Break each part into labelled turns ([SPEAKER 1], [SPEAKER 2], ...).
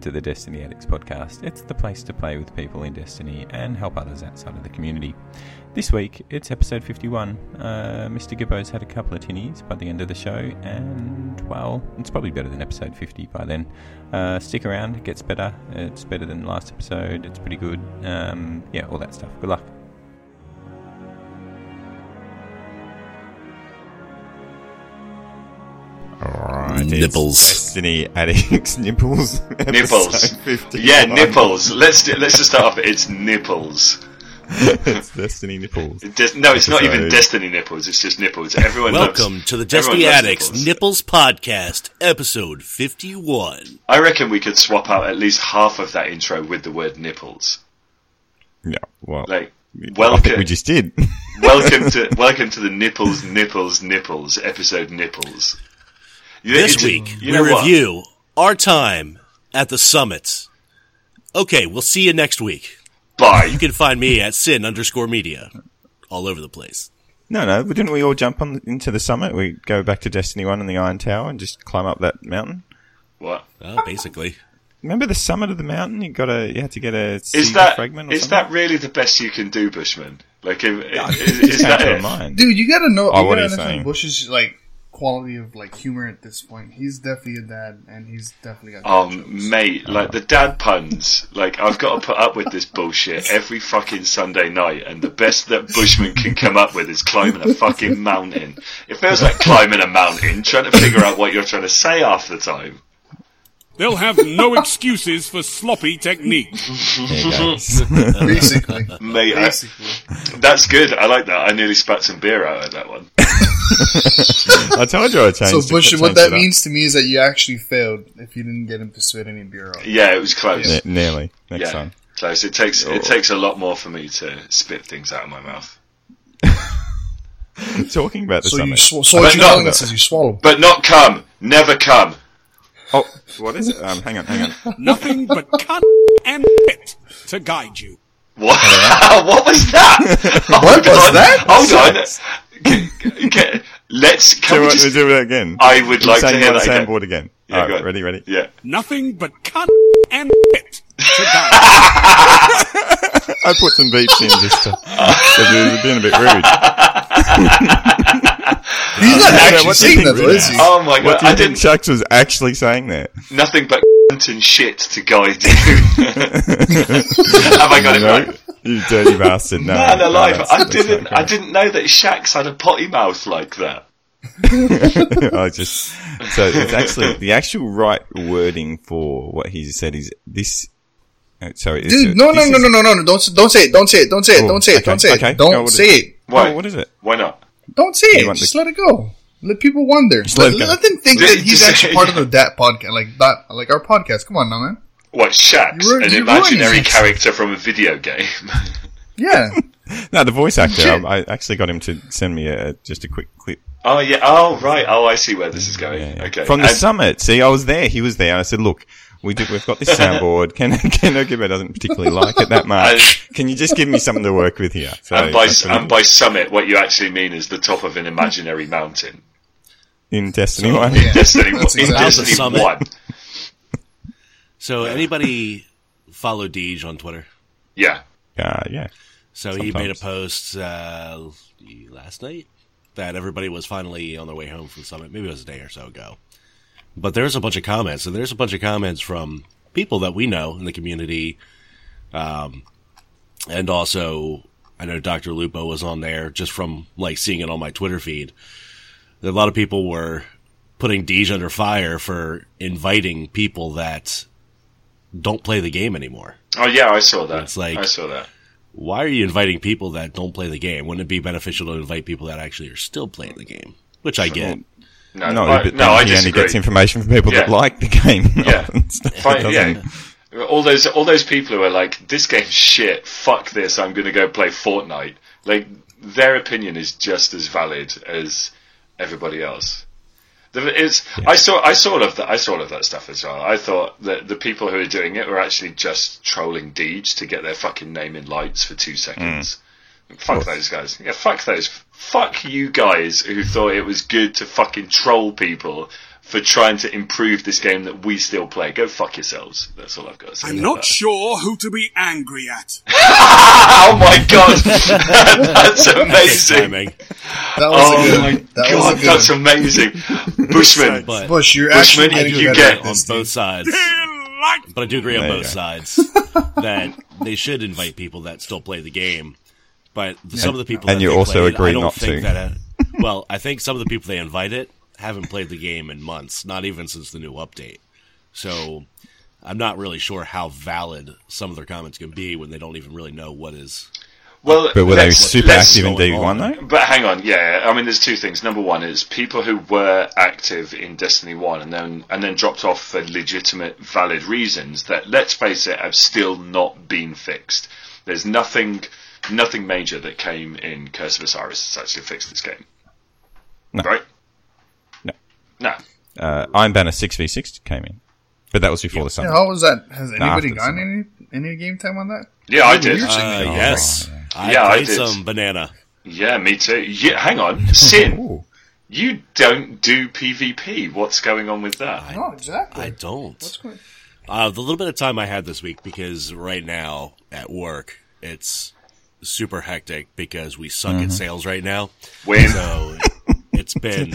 [SPEAKER 1] to the Destiny Addicts podcast. It's the place to play with people in Destiny and help others outside of the community. This week, it's episode 51. Uh, Mr. Gibbo's had a couple of tinnies by the end of the show, and well, it's probably better than episode 50 by then. Uh, stick around, it gets better. It's better than last episode, it's pretty good. Um, yeah, all that stuff. Good luck.
[SPEAKER 2] Alright, it's
[SPEAKER 3] Nipples.
[SPEAKER 2] Destiny addicts nipples. episode
[SPEAKER 4] Nipples.
[SPEAKER 2] 50.
[SPEAKER 4] Yeah, nipples. Let's do, let's just start off. It's nipples.
[SPEAKER 2] it's Destiny nipples.
[SPEAKER 4] It des- no, it's not even
[SPEAKER 2] Episode.
[SPEAKER 4] Destiny nipples. It's just nipples. Everyone
[SPEAKER 3] Welcome
[SPEAKER 4] loves,
[SPEAKER 3] to the
[SPEAKER 4] everyone
[SPEAKER 3] Destiny
[SPEAKER 4] loves
[SPEAKER 3] Addicts Nipples Podcast, episode 51.
[SPEAKER 4] I reckon we could swap out at least half of that intro with the word nipples.
[SPEAKER 2] Yeah, well,
[SPEAKER 4] Like
[SPEAKER 2] I think we
[SPEAKER 4] welcome,
[SPEAKER 2] just did.
[SPEAKER 4] welcome to welcome to the nipples, nipples, nipples episode. Nipples. You-
[SPEAKER 3] This
[SPEAKER 4] it's-
[SPEAKER 3] week,
[SPEAKER 4] you
[SPEAKER 3] we
[SPEAKER 4] know what?
[SPEAKER 3] review our time at the summits. Okay, we'll see you next week.
[SPEAKER 4] Bye.
[SPEAKER 3] You can find me at sin underscore media all over the place.
[SPEAKER 2] no, no, but didn't we all jump on into the summit? We go back to Destiny 1 and the Iron Tower and just climb up that mountain?
[SPEAKER 4] What
[SPEAKER 3] Uh, basically.
[SPEAKER 2] Remember the summit of the mountain? You got a, you had to get a
[SPEAKER 4] is
[SPEAKER 2] Seaver
[SPEAKER 4] that?
[SPEAKER 2] fragment or
[SPEAKER 4] Is
[SPEAKER 2] something?
[SPEAKER 4] that really the best you can do, Bushman? Like, if, is,
[SPEAKER 2] It just
[SPEAKER 4] is that
[SPEAKER 2] came to
[SPEAKER 4] it?
[SPEAKER 2] my mind.
[SPEAKER 5] Dude, you gotta know.
[SPEAKER 2] Oh,
[SPEAKER 5] you
[SPEAKER 2] what
[SPEAKER 5] gotta
[SPEAKER 2] he's
[SPEAKER 5] understand
[SPEAKER 2] saying.
[SPEAKER 5] Bush's like quality of like humor at this point. He's definitely a dad, and he's definitely got.
[SPEAKER 4] Oh,
[SPEAKER 5] jokes.
[SPEAKER 4] mate, like the dad puns. Like, I've got to put up with this bullshit every fucking Sunday night, and the best that Bushman can come up with is climbing a fucking mountain. It feels like climbing a mountain, trying to figure out what you're trying to say half the time.
[SPEAKER 6] They'll have no excuses for sloppy technique.
[SPEAKER 2] There you go.
[SPEAKER 5] basically,
[SPEAKER 4] Mate, I-
[SPEAKER 5] basically.
[SPEAKER 4] that's good. I like that. I nearly spat some beer out at that one.
[SPEAKER 2] I told you I changed
[SPEAKER 5] So
[SPEAKER 2] it,
[SPEAKER 5] Bush,
[SPEAKER 2] changed
[SPEAKER 5] what that
[SPEAKER 2] it up.
[SPEAKER 5] means to me is that you actually failed if you didn't get him to spit any beer on.
[SPEAKER 4] Yeah, it was close.
[SPEAKER 2] Ne- nearly. Next
[SPEAKER 4] yeah,
[SPEAKER 2] time.
[SPEAKER 4] close. It takes
[SPEAKER 2] Oh.
[SPEAKER 4] it takes a lot more for me to spit things out of my mouth,
[SPEAKER 2] Talking about the
[SPEAKER 5] So you
[SPEAKER 2] summit.
[SPEAKER 5] sw- so what
[SPEAKER 4] But
[SPEAKER 5] you're
[SPEAKER 4] no,
[SPEAKER 5] telling
[SPEAKER 4] no.
[SPEAKER 5] us is you swallow.
[SPEAKER 4] but not come. Never come.
[SPEAKER 2] oh, what is it? Um, hang on, hang on.
[SPEAKER 6] Nothing but cunt and pit to guide you.
[SPEAKER 4] What? what was that? Oh
[SPEAKER 5] What was that?
[SPEAKER 4] Hold on. Can- can- let's. Can
[SPEAKER 2] Do
[SPEAKER 4] we
[SPEAKER 2] it,
[SPEAKER 4] just,
[SPEAKER 2] do it again.
[SPEAKER 4] I would like to
[SPEAKER 2] Saying
[SPEAKER 4] hear
[SPEAKER 2] on
[SPEAKER 4] that again.
[SPEAKER 2] soundboard again.
[SPEAKER 4] Yeah,
[SPEAKER 2] All
[SPEAKER 4] go
[SPEAKER 2] right,
[SPEAKER 4] on.
[SPEAKER 2] ready, ready?
[SPEAKER 4] Yeah.
[SPEAKER 6] Nothing but cunt and pit to guide
[SPEAKER 2] I put some beeps in just to. because It's been a bit rude.
[SPEAKER 5] He's not
[SPEAKER 2] Yeah, what
[SPEAKER 5] actually
[SPEAKER 2] do you
[SPEAKER 5] saying
[SPEAKER 2] think
[SPEAKER 5] that, though,
[SPEAKER 2] really
[SPEAKER 5] is he?
[SPEAKER 4] Oh my
[SPEAKER 2] What
[SPEAKER 4] god!
[SPEAKER 2] do you
[SPEAKER 4] I
[SPEAKER 2] think
[SPEAKER 4] didn't
[SPEAKER 2] Chucks was actually saying there?
[SPEAKER 4] nothing but cunt and shit to guide you. Have I got it
[SPEAKER 2] No,
[SPEAKER 4] right?
[SPEAKER 2] you dirty bastard. No,
[SPEAKER 4] Man
[SPEAKER 2] no,
[SPEAKER 4] alive!
[SPEAKER 2] that's-
[SPEAKER 4] I
[SPEAKER 2] that's
[SPEAKER 4] didn't.
[SPEAKER 2] not
[SPEAKER 4] I didn't know that Shax had a potty mouth like that.
[SPEAKER 2] correct. I just so it's actually the actual right wording for what he said is this. oh, Sorry, this-
[SPEAKER 5] Dude, no, no,
[SPEAKER 2] this
[SPEAKER 5] no,
[SPEAKER 2] is-
[SPEAKER 5] no, no, no, no! Don't, s- don't say it! Don't say it! Don't say it!
[SPEAKER 2] Oh,
[SPEAKER 5] Don't say it! Don't
[SPEAKER 2] okay,
[SPEAKER 5] say
[SPEAKER 2] okay.
[SPEAKER 5] it!
[SPEAKER 2] No,
[SPEAKER 5] Don't
[SPEAKER 2] what
[SPEAKER 5] say
[SPEAKER 2] is-
[SPEAKER 5] it!
[SPEAKER 4] Why?
[SPEAKER 2] Oh, what is it?
[SPEAKER 4] Why not?
[SPEAKER 5] Don't say
[SPEAKER 2] You
[SPEAKER 5] it.
[SPEAKER 2] want
[SPEAKER 5] Just
[SPEAKER 2] the-
[SPEAKER 5] let it go. Let people wonder.
[SPEAKER 2] let
[SPEAKER 5] Let,
[SPEAKER 2] it go.
[SPEAKER 5] let them think
[SPEAKER 4] Just-
[SPEAKER 5] that he's
[SPEAKER 4] just-
[SPEAKER 5] actually part of the dat podcast, like that, like our podcast. Come on, now, man.
[SPEAKER 4] What Shax,
[SPEAKER 5] You ruined-
[SPEAKER 4] an
[SPEAKER 5] you ruined
[SPEAKER 4] imaginary
[SPEAKER 5] it.
[SPEAKER 4] character from a video game?
[SPEAKER 5] Yeah,
[SPEAKER 2] No, the voice actor.
[SPEAKER 5] Shit.
[SPEAKER 2] I, I actually got him to send me a, just a quick clip.
[SPEAKER 4] oh yeah. Oh right. Oh, I see where this is going.
[SPEAKER 2] Yeah, yeah.
[SPEAKER 4] Okay.
[SPEAKER 2] From the
[SPEAKER 4] And-
[SPEAKER 2] summit. See, I was there. He was there. I said, look, we did, we've got this soundboard. Ken, Ken Ogiba doesn't particularly like it that much. Can you just give me something to work with here? So,
[SPEAKER 4] and by,
[SPEAKER 2] that's what
[SPEAKER 4] and by summit, what you actually mean is the top of an imaginary mountain.
[SPEAKER 2] in Destiny 1.
[SPEAKER 5] Yeah.
[SPEAKER 4] Destiny, in
[SPEAKER 5] That's exactly-
[SPEAKER 4] Destiny
[SPEAKER 3] Summit.
[SPEAKER 4] 1.
[SPEAKER 3] So, anybody follow Deej on Twitter?
[SPEAKER 4] Yeah.
[SPEAKER 2] Uh, yeah.
[SPEAKER 3] So, he made a
[SPEAKER 2] Sometimes.
[SPEAKER 3] post uh, last night that everybody was finally on their way home from Summit. Maybe it was a day or so ago. But there's a bunch of comments, and there's a bunch of comments from people that we know in the community. Um, and also, I know Dr. Lupo was on there just from like seeing it on my Twitter feed. A lot of people were putting Deej under fire for inviting people that don't play the game anymore.
[SPEAKER 4] Oh yeah, I saw that.
[SPEAKER 3] It's like-
[SPEAKER 4] I saw that.
[SPEAKER 3] Why are you inviting people that don't play the game? Wouldn't it be beneficial to invite people that actually are still playing the game? Which I get.
[SPEAKER 4] No,
[SPEAKER 2] No,
[SPEAKER 4] I,
[SPEAKER 2] but
[SPEAKER 4] no,
[SPEAKER 2] then
[SPEAKER 4] I
[SPEAKER 2] he only
[SPEAKER 4] disagree.
[SPEAKER 2] gets information from people that
[SPEAKER 4] Yeah.
[SPEAKER 2] like the game.
[SPEAKER 4] Yeah. Fine,
[SPEAKER 2] Doesn't-
[SPEAKER 4] yeah. All those all those people who are like, this game's shit. Fuck this. I'm gonna go play Fortnite. Like their opinion is just as valid as everybody else. The- It's, I saw I saw all of that I saw all of that stuff as well. I thought that the people who are doing it were actually just trolling Deej to get their fucking name in lights for two seconds.
[SPEAKER 2] Mm.
[SPEAKER 4] Fuck those guys. Yeah, fuck those. Fuck you guys who thought it was good to fucking troll people for trying to improve this game that we still play. Go fuck yourselves. That's all I've got to say.
[SPEAKER 6] I'm
[SPEAKER 4] about
[SPEAKER 6] not
[SPEAKER 4] that.
[SPEAKER 6] sure who to be angry at.
[SPEAKER 4] Oh my god, that's amazing.
[SPEAKER 3] timing.
[SPEAKER 5] That was a
[SPEAKER 4] Oh
[SPEAKER 5] good.
[SPEAKER 4] my
[SPEAKER 5] that
[SPEAKER 4] god,
[SPEAKER 5] was a good.
[SPEAKER 4] that's amazing. Bushman,
[SPEAKER 3] But
[SPEAKER 5] Bush, you're
[SPEAKER 4] Bushman,
[SPEAKER 5] actually getting
[SPEAKER 4] you
[SPEAKER 5] better
[SPEAKER 4] get
[SPEAKER 5] at
[SPEAKER 3] on
[SPEAKER 5] this,
[SPEAKER 3] both
[SPEAKER 5] Steve.
[SPEAKER 3] sides.
[SPEAKER 6] Delightful.
[SPEAKER 3] But I do agree on
[SPEAKER 2] There you
[SPEAKER 3] both
[SPEAKER 2] go.
[SPEAKER 3] sides that they should invite people that still play the game. But the, some of the people
[SPEAKER 2] And
[SPEAKER 3] that
[SPEAKER 2] you
[SPEAKER 3] they
[SPEAKER 2] also
[SPEAKER 3] played,
[SPEAKER 2] agree
[SPEAKER 3] I don't
[SPEAKER 2] not to.
[SPEAKER 3] think That, uh, well, I think some of the people they invited haven't played the game in months, not even since the new update. So I'm not really sure how valid some of their comments can be when they don't even really know what is.
[SPEAKER 4] well,
[SPEAKER 2] But were they
[SPEAKER 4] let's-
[SPEAKER 2] super
[SPEAKER 4] let's-
[SPEAKER 2] active in
[SPEAKER 3] going
[SPEAKER 2] D1
[SPEAKER 3] on.
[SPEAKER 2] though?
[SPEAKER 4] But hang on, yeah. I mean, there's two things. Number one is people who were active in Destiny One and then and then dropped off for legitimate, valid reasons that, let's face it, have still not been fixed. There's nothing, nothing major that came in Curse of Osiris that's actually fixed this game,
[SPEAKER 2] No.
[SPEAKER 4] right?
[SPEAKER 2] No.
[SPEAKER 4] no.
[SPEAKER 2] Uh, Iron Banner 6v6 came in. But that was before the
[SPEAKER 5] Yeah,
[SPEAKER 2] summer.
[SPEAKER 5] how was that? Has
[SPEAKER 2] after
[SPEAKER 5] anybody gotten any any game time on that?
[SPEAKER 4] Yeah, I did.
[SPEAKER 5] You're saying
[SPEAKER 3] Uh,
[SPEAKER 5] that.
[SPEAKER 3] yes, I
[SPEAKER 4] Yeah, I
[SPEAKER 3] played
[SPEAKER 4] did.
[SPEAKER 3] some banana.
[SPEAKER 4] Yeah, me too. Yeah, hang on, Sin,
[SPEAKER 2] Ooh.
[SPEAKER 4] you don't do PvP. What's going on with that?
[SPEAKER 5] No, Oh, exactly.
[SPEAKER 3] I don't.
[SPEAKER 5] What's going-
[SPEAKER 3] Uh, the little bit of time I had this week, because right now at work, it's super hectic because we suck
[SPEAKER 2] Mm-hmm.
[SPEAKER 3] at sales right now.
[SPEAKER 4] When
[SPEAKER 3] So it's been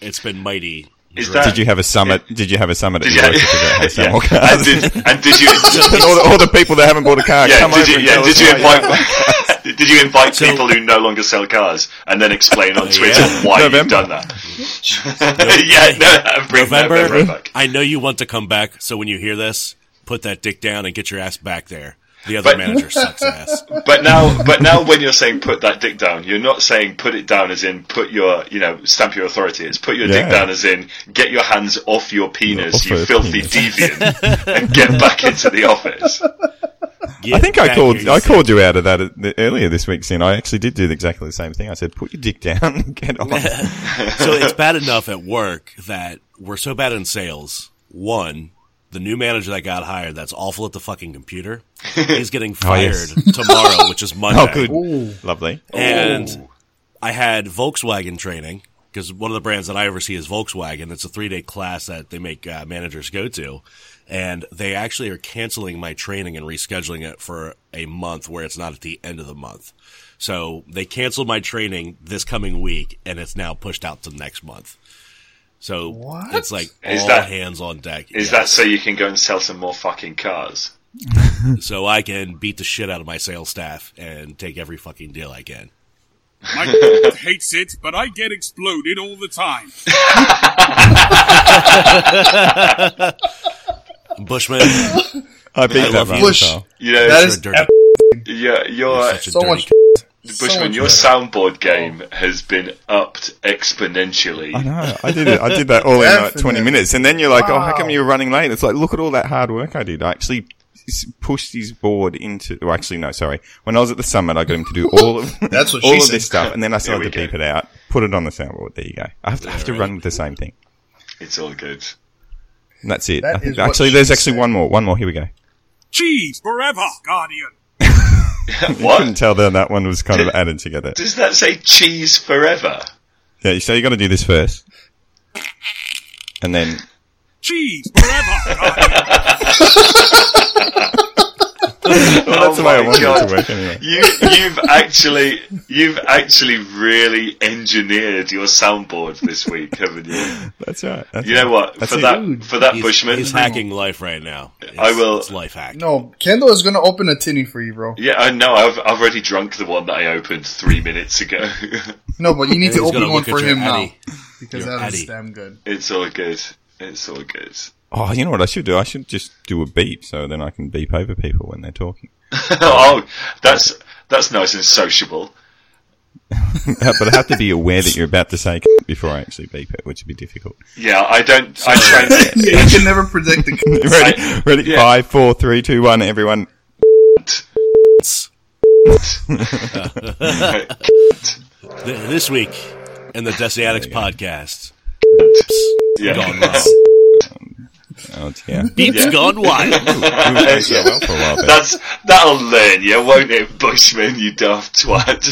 [SPEAKER 3] it's been mighty.
[SPEAKER 4] is that?
[SPEAKER 2] Did you have a summit? Did you have a summit at
[SPEAKER 4] Did
[SPEAKER 2] your
[SPEAKER 4] you-
[SPEAKER 2] work to figure out how to sell more
[SPEAKER 4] yeah.
[SPEAKER 2] cars?
[SPEAKER 4] And did, and did you?
[SPEAKER 2] And all, the, all the people that haven't bought a car,
[SPEAKER 4] Yeah,
[SPEAKER 2] come
[SPEAKER 4] did
[SPEAKER 2] over
[SPEAKER 4] you,
[SPEAKER 2] and
[SPEAKER 4] yeah,
[SPEAKER 2] tell
[SPEAKER 4] did
[SPEAKER 2] us
[SPEAKER 4] you
[SPEAKER 2] why
[SPEAKER 4] invite?
[SPEAKER 2] haven't-
[SPEAKER 4] did you invite people who no longer sell cars and then explain on Twitter why you've
[SPEAKER 2] November.
[SPEAKER 4] done that? yeah, no, bring
[SPEAKER 3] November,
[SPEAKER 4] November back.
[SPEAKER 3] I know you want to come back, so when you hear this, put that dick down and get your ass back there. The other
[SPEAKER 4] But-
[SPEAKER 3] manager sucks ass.
[SPEAKER 4] But now, but now, when you're saying put that dick down, you're not saying put it down as in put your, you know, stamp your authority. It's put your
[SPEAKER 2] Yeah.
[SPEAKER 4] dick down as in get your hands off your penis,
[SPEAKER 2] Off
[SPEAKER 4] you
[SPEAKER 2] her
[SPEAKER 4] filthy
[SPEAKER 2] penis.
[SPEAKER 4] deviant, and get back into the office.
[SPEAKER 3] Get
[SPEAKER 2] I think I
[SPEAKER 3] back
[SPEAKER 2] called
[SPEAKER 3] here, you
[SPEAKER 2] I
[SPEAKER 3] sick-
[SPEAKER 2] called you out of that at the, earlier this week, Sin. I actually did do exactly the same thing. I said, "Put your dick down, and get on."
[SPEAKER 3] so it's bad enough at work that we're so bad in sales. One, the new manager that got hired that's awful at the fucking computer, he's getting fired
[SPEAKER 2] Oh, yes.
[SPEAKER 3] tomorrow, which is Monday.
[SPEAKER 2] oh, good, lovely.
[SPEAKER 4] Oh.
[SPEAKER 3] And I had Volkswagen training because one of the brands that I oversee is Volkswagen. It's a three day class that they make uh, managers go to. And they actually are canceling my training and rescheduling it for a month where it's not at the end of the month. So they canceled my training this coming week and it's now pushed out to next month. So
[SPEAKER 5] What?
[SPEAKER 3] it's like
[SPEAKER 4] Is
[SPEAKER 3] all
[SPEAKER 4] that-
[SPEAKER 3] hands on deck.
[SPEAKER 4] Is
[SPEAKER 3] Yeah.
[SPEAKER 4] that so you can go and sell some more fucking cars?
[SPEAKER 3] so I can beat the shit out of my sales staff and take every fucking deal I can.
[SPEAKER 6] My dad hates it, but I get exploded all the time.
[SPEAKER 3] Bushman,
[SPEAKER 2] I beat that
[SPEAKER 3] love
[SPEAKER 2] one.
[SPEAKER 3] you.
[SPEAKER 5] Bush.
[SPEAKER 2] so.
[SPEAKER 4] You know,
[SPEAKER 5] That
[SPEAKER 3] you're
[SPEAKER 5] is
[SPEAKER 3] a dirty,
[SPEAKER 4] yeah, you're
[SPEAKER 3] such a
[SPEAKER 5] so
[SPEAKER 3] dirty
[SPEAKER 5] much.
[SPEAKER 4] Bushman,
[SPEAKER 5] much
[SPEAKER 4] your
[SPEAKER 5] better.
[SPEAKER 2] Oh.
[SPEAKER 4] soundboard game has been upped exponentially.
[SPEAKER 2] I know. I did it. I did that all in like twenty
[SPEAKER 5] Definitely.
[SPEAKER 2] minutes, and then you're like, "Oh, how come
[SPEAKER 5] Wow.
[SPEAKER 2] you were running late?" It's like, look at all that hard work I did. I actually s- pushed his board into. Well, actually, no, sorry. When I was at the summit, I got him to do all of
[SPEAKER 5] That's what
[SPEAKER 2] all
[SPEAKER 5] she
[SPEAKER 2] of
[SPEAKER 5] said.
[SPEAKER 2] this stuff, and then I started
[SPEAKER 4] we
[SPEAKER 2] to
[SPEAKER 4] go.
[SPEAKER 2] beep it out, put it on the soundboard. There you go. I have to, I have to run with the same thing.
[SPEAKER 4] It's all good.
[SPEAKER 2] And that's it.
[SPEAKER 5] That
[SPEAKER 2] I think-
[SPEAKER 5] is what
[SPEAKER 2] actually, there's
[SPEAKER 5] she
[SPEAKER 2] actually
[SPEAKER 5] said.
[SPEAKER 2] one more. One more. Here we go.
[SPEAKER 6] Cheese forever, Guardian.
[SPEAKER 2] You couldn't
[SPEAKER 4] What
[SPEAKER 2] tell that that one was kind of
[SPEAKER 4] Did-
[SPEAKER 2] added together.
[SPEAKER 4] does that say? Cheese forever.
[SPEAKER 2] Yeah, so you got to do this first, and then
[SPEAKER 6] Cheese forever, Guardian.
[SPEAKER 4] oh
[SPEAKER 2] that's the way I
[SPEAKER 4] my
[SPEAKER 2] wanted
[SPEAKER 4] God.
[SPEAKER 2] it to work. Anyway.
[SPEAKER 4] You, you've actually, you've actually really engineered your soundboard this week, haven't you?
[SPEAKER 2] That's right. That's
[SPEAKER 4] You know
[SPEAKER 2] right.
[SPEAKER 4] what?
[SPEAKER 2] That's
[SPEAKER 4] for
[SPEAKER 2] it.
[SPEAKER 4] that, for that
[SPEAKER 3] He's,
[SPEAKER 4] Bushman,
[SPEAKER 3] he's hacking life right now. It's,
[SPEAKER 4] I will-
[SPEAKER 3] It's life hack.
[SPEAKER 5] No, Kendall is going to open a tinny for you, bro.
[SPEAKER 4] Yeah, I know. I've I've already drunk the one that I opened three minutes ago.
[SPEAKER 5] No, but you need
[SPEAKER 3] He's
[SPEAKER 5] to
[SPEAKER 3] gonna
[SPEAKER 5] open
[SPEAKER 3] look
[SPEAKER 5] one
[SPEAKER 3] at
[SPEAKER 5] for
[SPEAKER 3] your
[SPEAKER 5] him now
[SPEAKER 3] Addy.
[SPEAKER 5] because
[SPEAKER 3] Your
[SPEAKER 5] that is
[SPEAKER 3] Addy.
[SPEAKER 5] damn good.
[SPEAKER 4] it's all good. It's all good.
[SPEAKER 2] Oh, you know what I should do? I should just do a beep so then I can beep over people when they're talking.
[SPEAKER 4] oh, that's that's nice and sociable.
[SPEAKER 2] but I have to be aware that you're about to say c- before I actually beep it, which would be difficult.
[SPEAKER 4] Yeah, I don't. I try. And,
[SPEAKER 5] You can never predict the.
[SPEAKER 2] Ready? Ready?
[SPEAKER 4] yeah.
[SPEAKER 2] Five, four, three, two, one. Everyone.
[SPEAKER 3] Th- this week in the Destiny Addicts podcast,
[SPEAKER 4] yeah.
[SPEAKER 3] gone wild.
[SPEAKER 2] Oh yeah.
[SPEAKER 3] Beeps gone wild.
[SPEAKER 2] so well for a while. there.
[SPEAKER 4] That's that'll learn you, won't it, Bushman? You daft twat.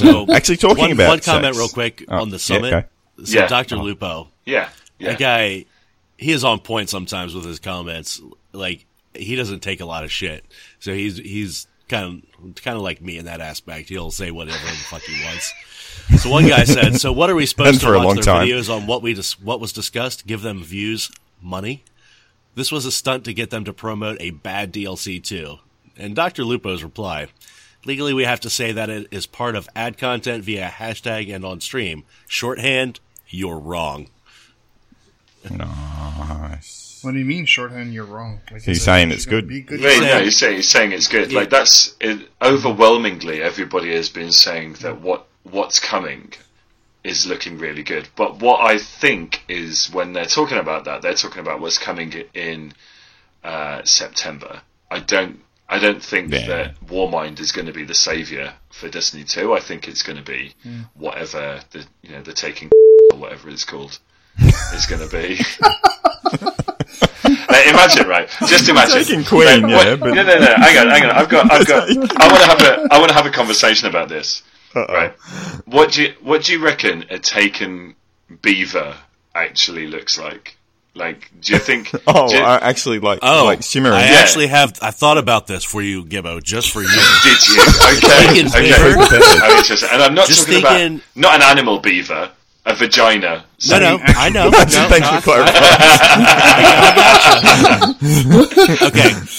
[SPEAKER 3] So
[SPEAKER 2] Actually, talking
[SPEAKER 3] one,
[SPEAKER 2] about
[SPEAKER 3] one comment
[SPEAKER 2] sex.
[SPEAKER 3] real quick
[SPEAKER 2] Oh,
[SPEAKER 3] on
[SPEAKER 2] yeah,
[SPEAKER 3] the summit.
[SPEAKER 2] okay.
[SPEAKER 3] So
[SPEAKER 4] Yeah. Uh-huh.
[SPEAKER 3] Doctor Lupo,
[SPEAKER 4] Yeah. Yeah.
[SPEAKER 3] that guy, he is on point sometimes with his comments. Like he doesn't take a lot of shit, so he's he's kind of kind of like me in that aspect. He'll say whatever the fuck he wants. So one guy said, "So what are we
[SPEAKER 2] Been
[SPEAKER 3] supposed to
[SPEAKER 2] for a
[SPEAKER 3] watch
[SPEAKER 2] long
[SPEAKER 3] their
[SPEAKER 2] time.
[SPEAKER 3] videos on what we dis- what was discussed? Give them views, money. This was a stunt to get them to promote a bad DLC too." And Doctor Lupo's reply. Legally, we have to say that it is part of ad content via hashtag and on stream. Shorthand, you're wrong.
[SPEAKER 2] Nice.
[SPEAKER 5] What do you mean, shorthand? You're wrong. Like,
[SPEAKER 2] So you're
[SPEAKER 5] is it
[SPEAKER 2] saying
[SPEAKER 5] actually
[SPEAKER 2] it's
[SPEAKER 5] gonna
[SPEAKER 2] good?
[SPEAKER 5] be
[SPEAKER 4] Wait, no,
[SPEAKER 3] saying-
[SPEAKER 4] you're saying, you're saying it's good. Like that's it, overwhelmingly everybody has been saying that what what's coming is looking really good. But what I think is when they're talking about that, they're talking about what's coming in uh, September. I don't I don't think
[SPEAKER 2] Yeah.
[SPEAKER 4] that Warmind is going to be the savior for Destiny 2. I think it's going to be whatever the you know the taking or whatever it's called is going to be. Like, imagine, right? Just imagine.
[SPEAKER 2] Taking Queen,
[SPEAKER 4] Like,
[SPEAKER 2] yeah,
[SPEAKER 4] wait,
[SPEAKER 2] but-
[SPEAKER 4] No, no, no. Hang on, hang on. I've got, I've got. I want to have a, I want to have a conversation about this. Right. What do you, what do you reckon a taken beaver actually looks like? Like, do you think?
[SPEAKER 2] Oh,
[SPEAKER 4] do you-
[SPEAKER 2] I actually like like shimmering.
[SPEAKER 3] Oh, I
[SPEAKER 4] Yeah.
[SPEAKER 3] actually have. I thought about this for you, Gibbo, just for you.
[SPEAKER 4] did you? Okay,
[SPEAKER 3] Taken
[SPEAKER 4] okay.
[SPEAKER 3] beaver?
[SPEAKER 4] Oh, interesting. And I'm not
[SPEAKER 3] Just
[SPEAKER 4] talking
[SPEAKER 3] thinking-
[SPEAKER 4] about not an animal beaver, a vagina.
[SPEAKER 3] no, no, I know. No,
[SPEAKER 2] Thanks
[SPEAKER 3] no,
[SPEAKER 2] for clarifying.
[SPEAKER 3] okay,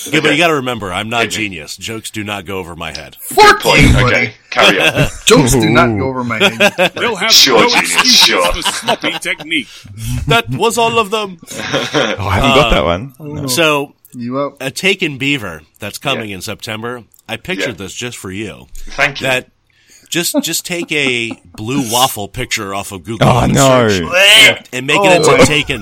[SPEAKER 3] Gibbo, you got to remember, I'm not genius. Jokes do not go over my head.
[SPEAKER 5] Fuck
[SPEAKER 4] Point.
[SPEAKER 5] you, buddy.
[SPEAKER 4] Okay, carry on.
[SPEAKER 5] Jokes do not go over my head.
[SPEAKER 6] They'll have
[SPEAKER 4] Sure,
[SPEAKER 6] no
[SPEAKER 4] genius,
[SPEAKER 6] excuses
[SPEAKER 4] sure.
[SPEAKER 6] for sloppy technique.
[SPEAKER 3] That was all of them.
[SPEAKER 2] Oh, I haven't got that one. No.
[SPEAKER 3] So,
[SPEAKER 5] You up?
[SPEAKER 3] a taken beaver that's coming
[SPEAKER 4] Yeah.
[SPEAKER 3] in September. I pictured
[SPEAKER 4] Yeah.
[SPEAKER 3] this just for you.
[SPEAKER 4] Thank you.
[SPEAKER 3] That just just take a blue waffle picture off of Google
[SPEAKER 2] Oh
[SPEAKER 3] and
[SPEAKER 2] no!
[SPEAKER 3] search and make it
[SPEAKER 5] Oh, my
[SPEAKER 3] into taken.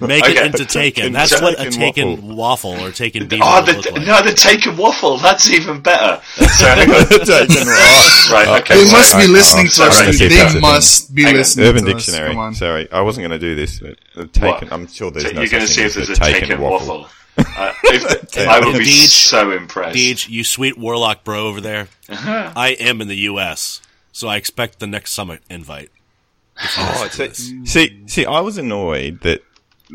[SPEAKER 3] Make it
[SPEAKER 4] Okay.
[SPEAKER 3] into taken.
[SPEAKER 2] Taken-
[SPEAKER 3] That's what a
[SPEAKER 2] taken
[SPEAKER 3] taken waffle,
[SPEAKER 2] waffle.
[SPEAKER 3] or taken beaver
[SPEAKER 4] Oh,
[SPEAKER 3] would
[SPEAKER 4] the,
[SPEAKER 3] look like.
[SPEAKER 4] no, the take and waffle. That's even better. So,
[SPEAKER 2] Taken right.
[SPEAKER 4] right, Oh, okay.
[SPEAKER 5] They
[SPEAKER 4] so-
[SPEAKER 5] must be
[SPEAKER 2] I-
[SPEAKER 5] listening
[SPEAKER 2] I'm
[SPEAKER 5] to us.
[SPEAKER 2] sorry.
[SPEAKER 5] dude.
[SPEAKER 2] Okay, that's
[SPEAKER 5] They
[SPEAKER 2] it.
[SPEAKER 5] must be
[SPEAKER 4] Hang on.
[SPEAKER 5] listening
[SPEAKER 2] Urban
[SPEAKER 5] to us.
[SPEAKER 2] Dictionary.
[SPEAKER 5] Come on.
[SPEAKER 2] Sorry, I wasn't going to do this, but uh, taken.
[SPEAKER 4] What?
[SPEAKER 2] I'm sure there's
[SPEAKER 4] So
[SPEAKER 2] no.
[SPEAKER 4] you're going to
[SPEAKER 2] such
[SPEAKER 4] see
[SPEAKER 2] thing
[SPEAKER 4] if
[SPEAKER 2] as
[SPEAKER 4] there's a take and waffle. Uh, if
[SPEAKER 2] Taken
[SPEAKER 4] I would be
[SPEAKER 3] waffle.
[SPEAKER 4] so impressed.
[SPEAKER 3] Deej, you sweet warlock bro over there.
[SPEAKER 4] Uh-huh.
[SPEAKER 3] I am in the U.S., so I expect the next summit invite.
[SPEAKER 2] Oh, see, see, see, I was annoyed that,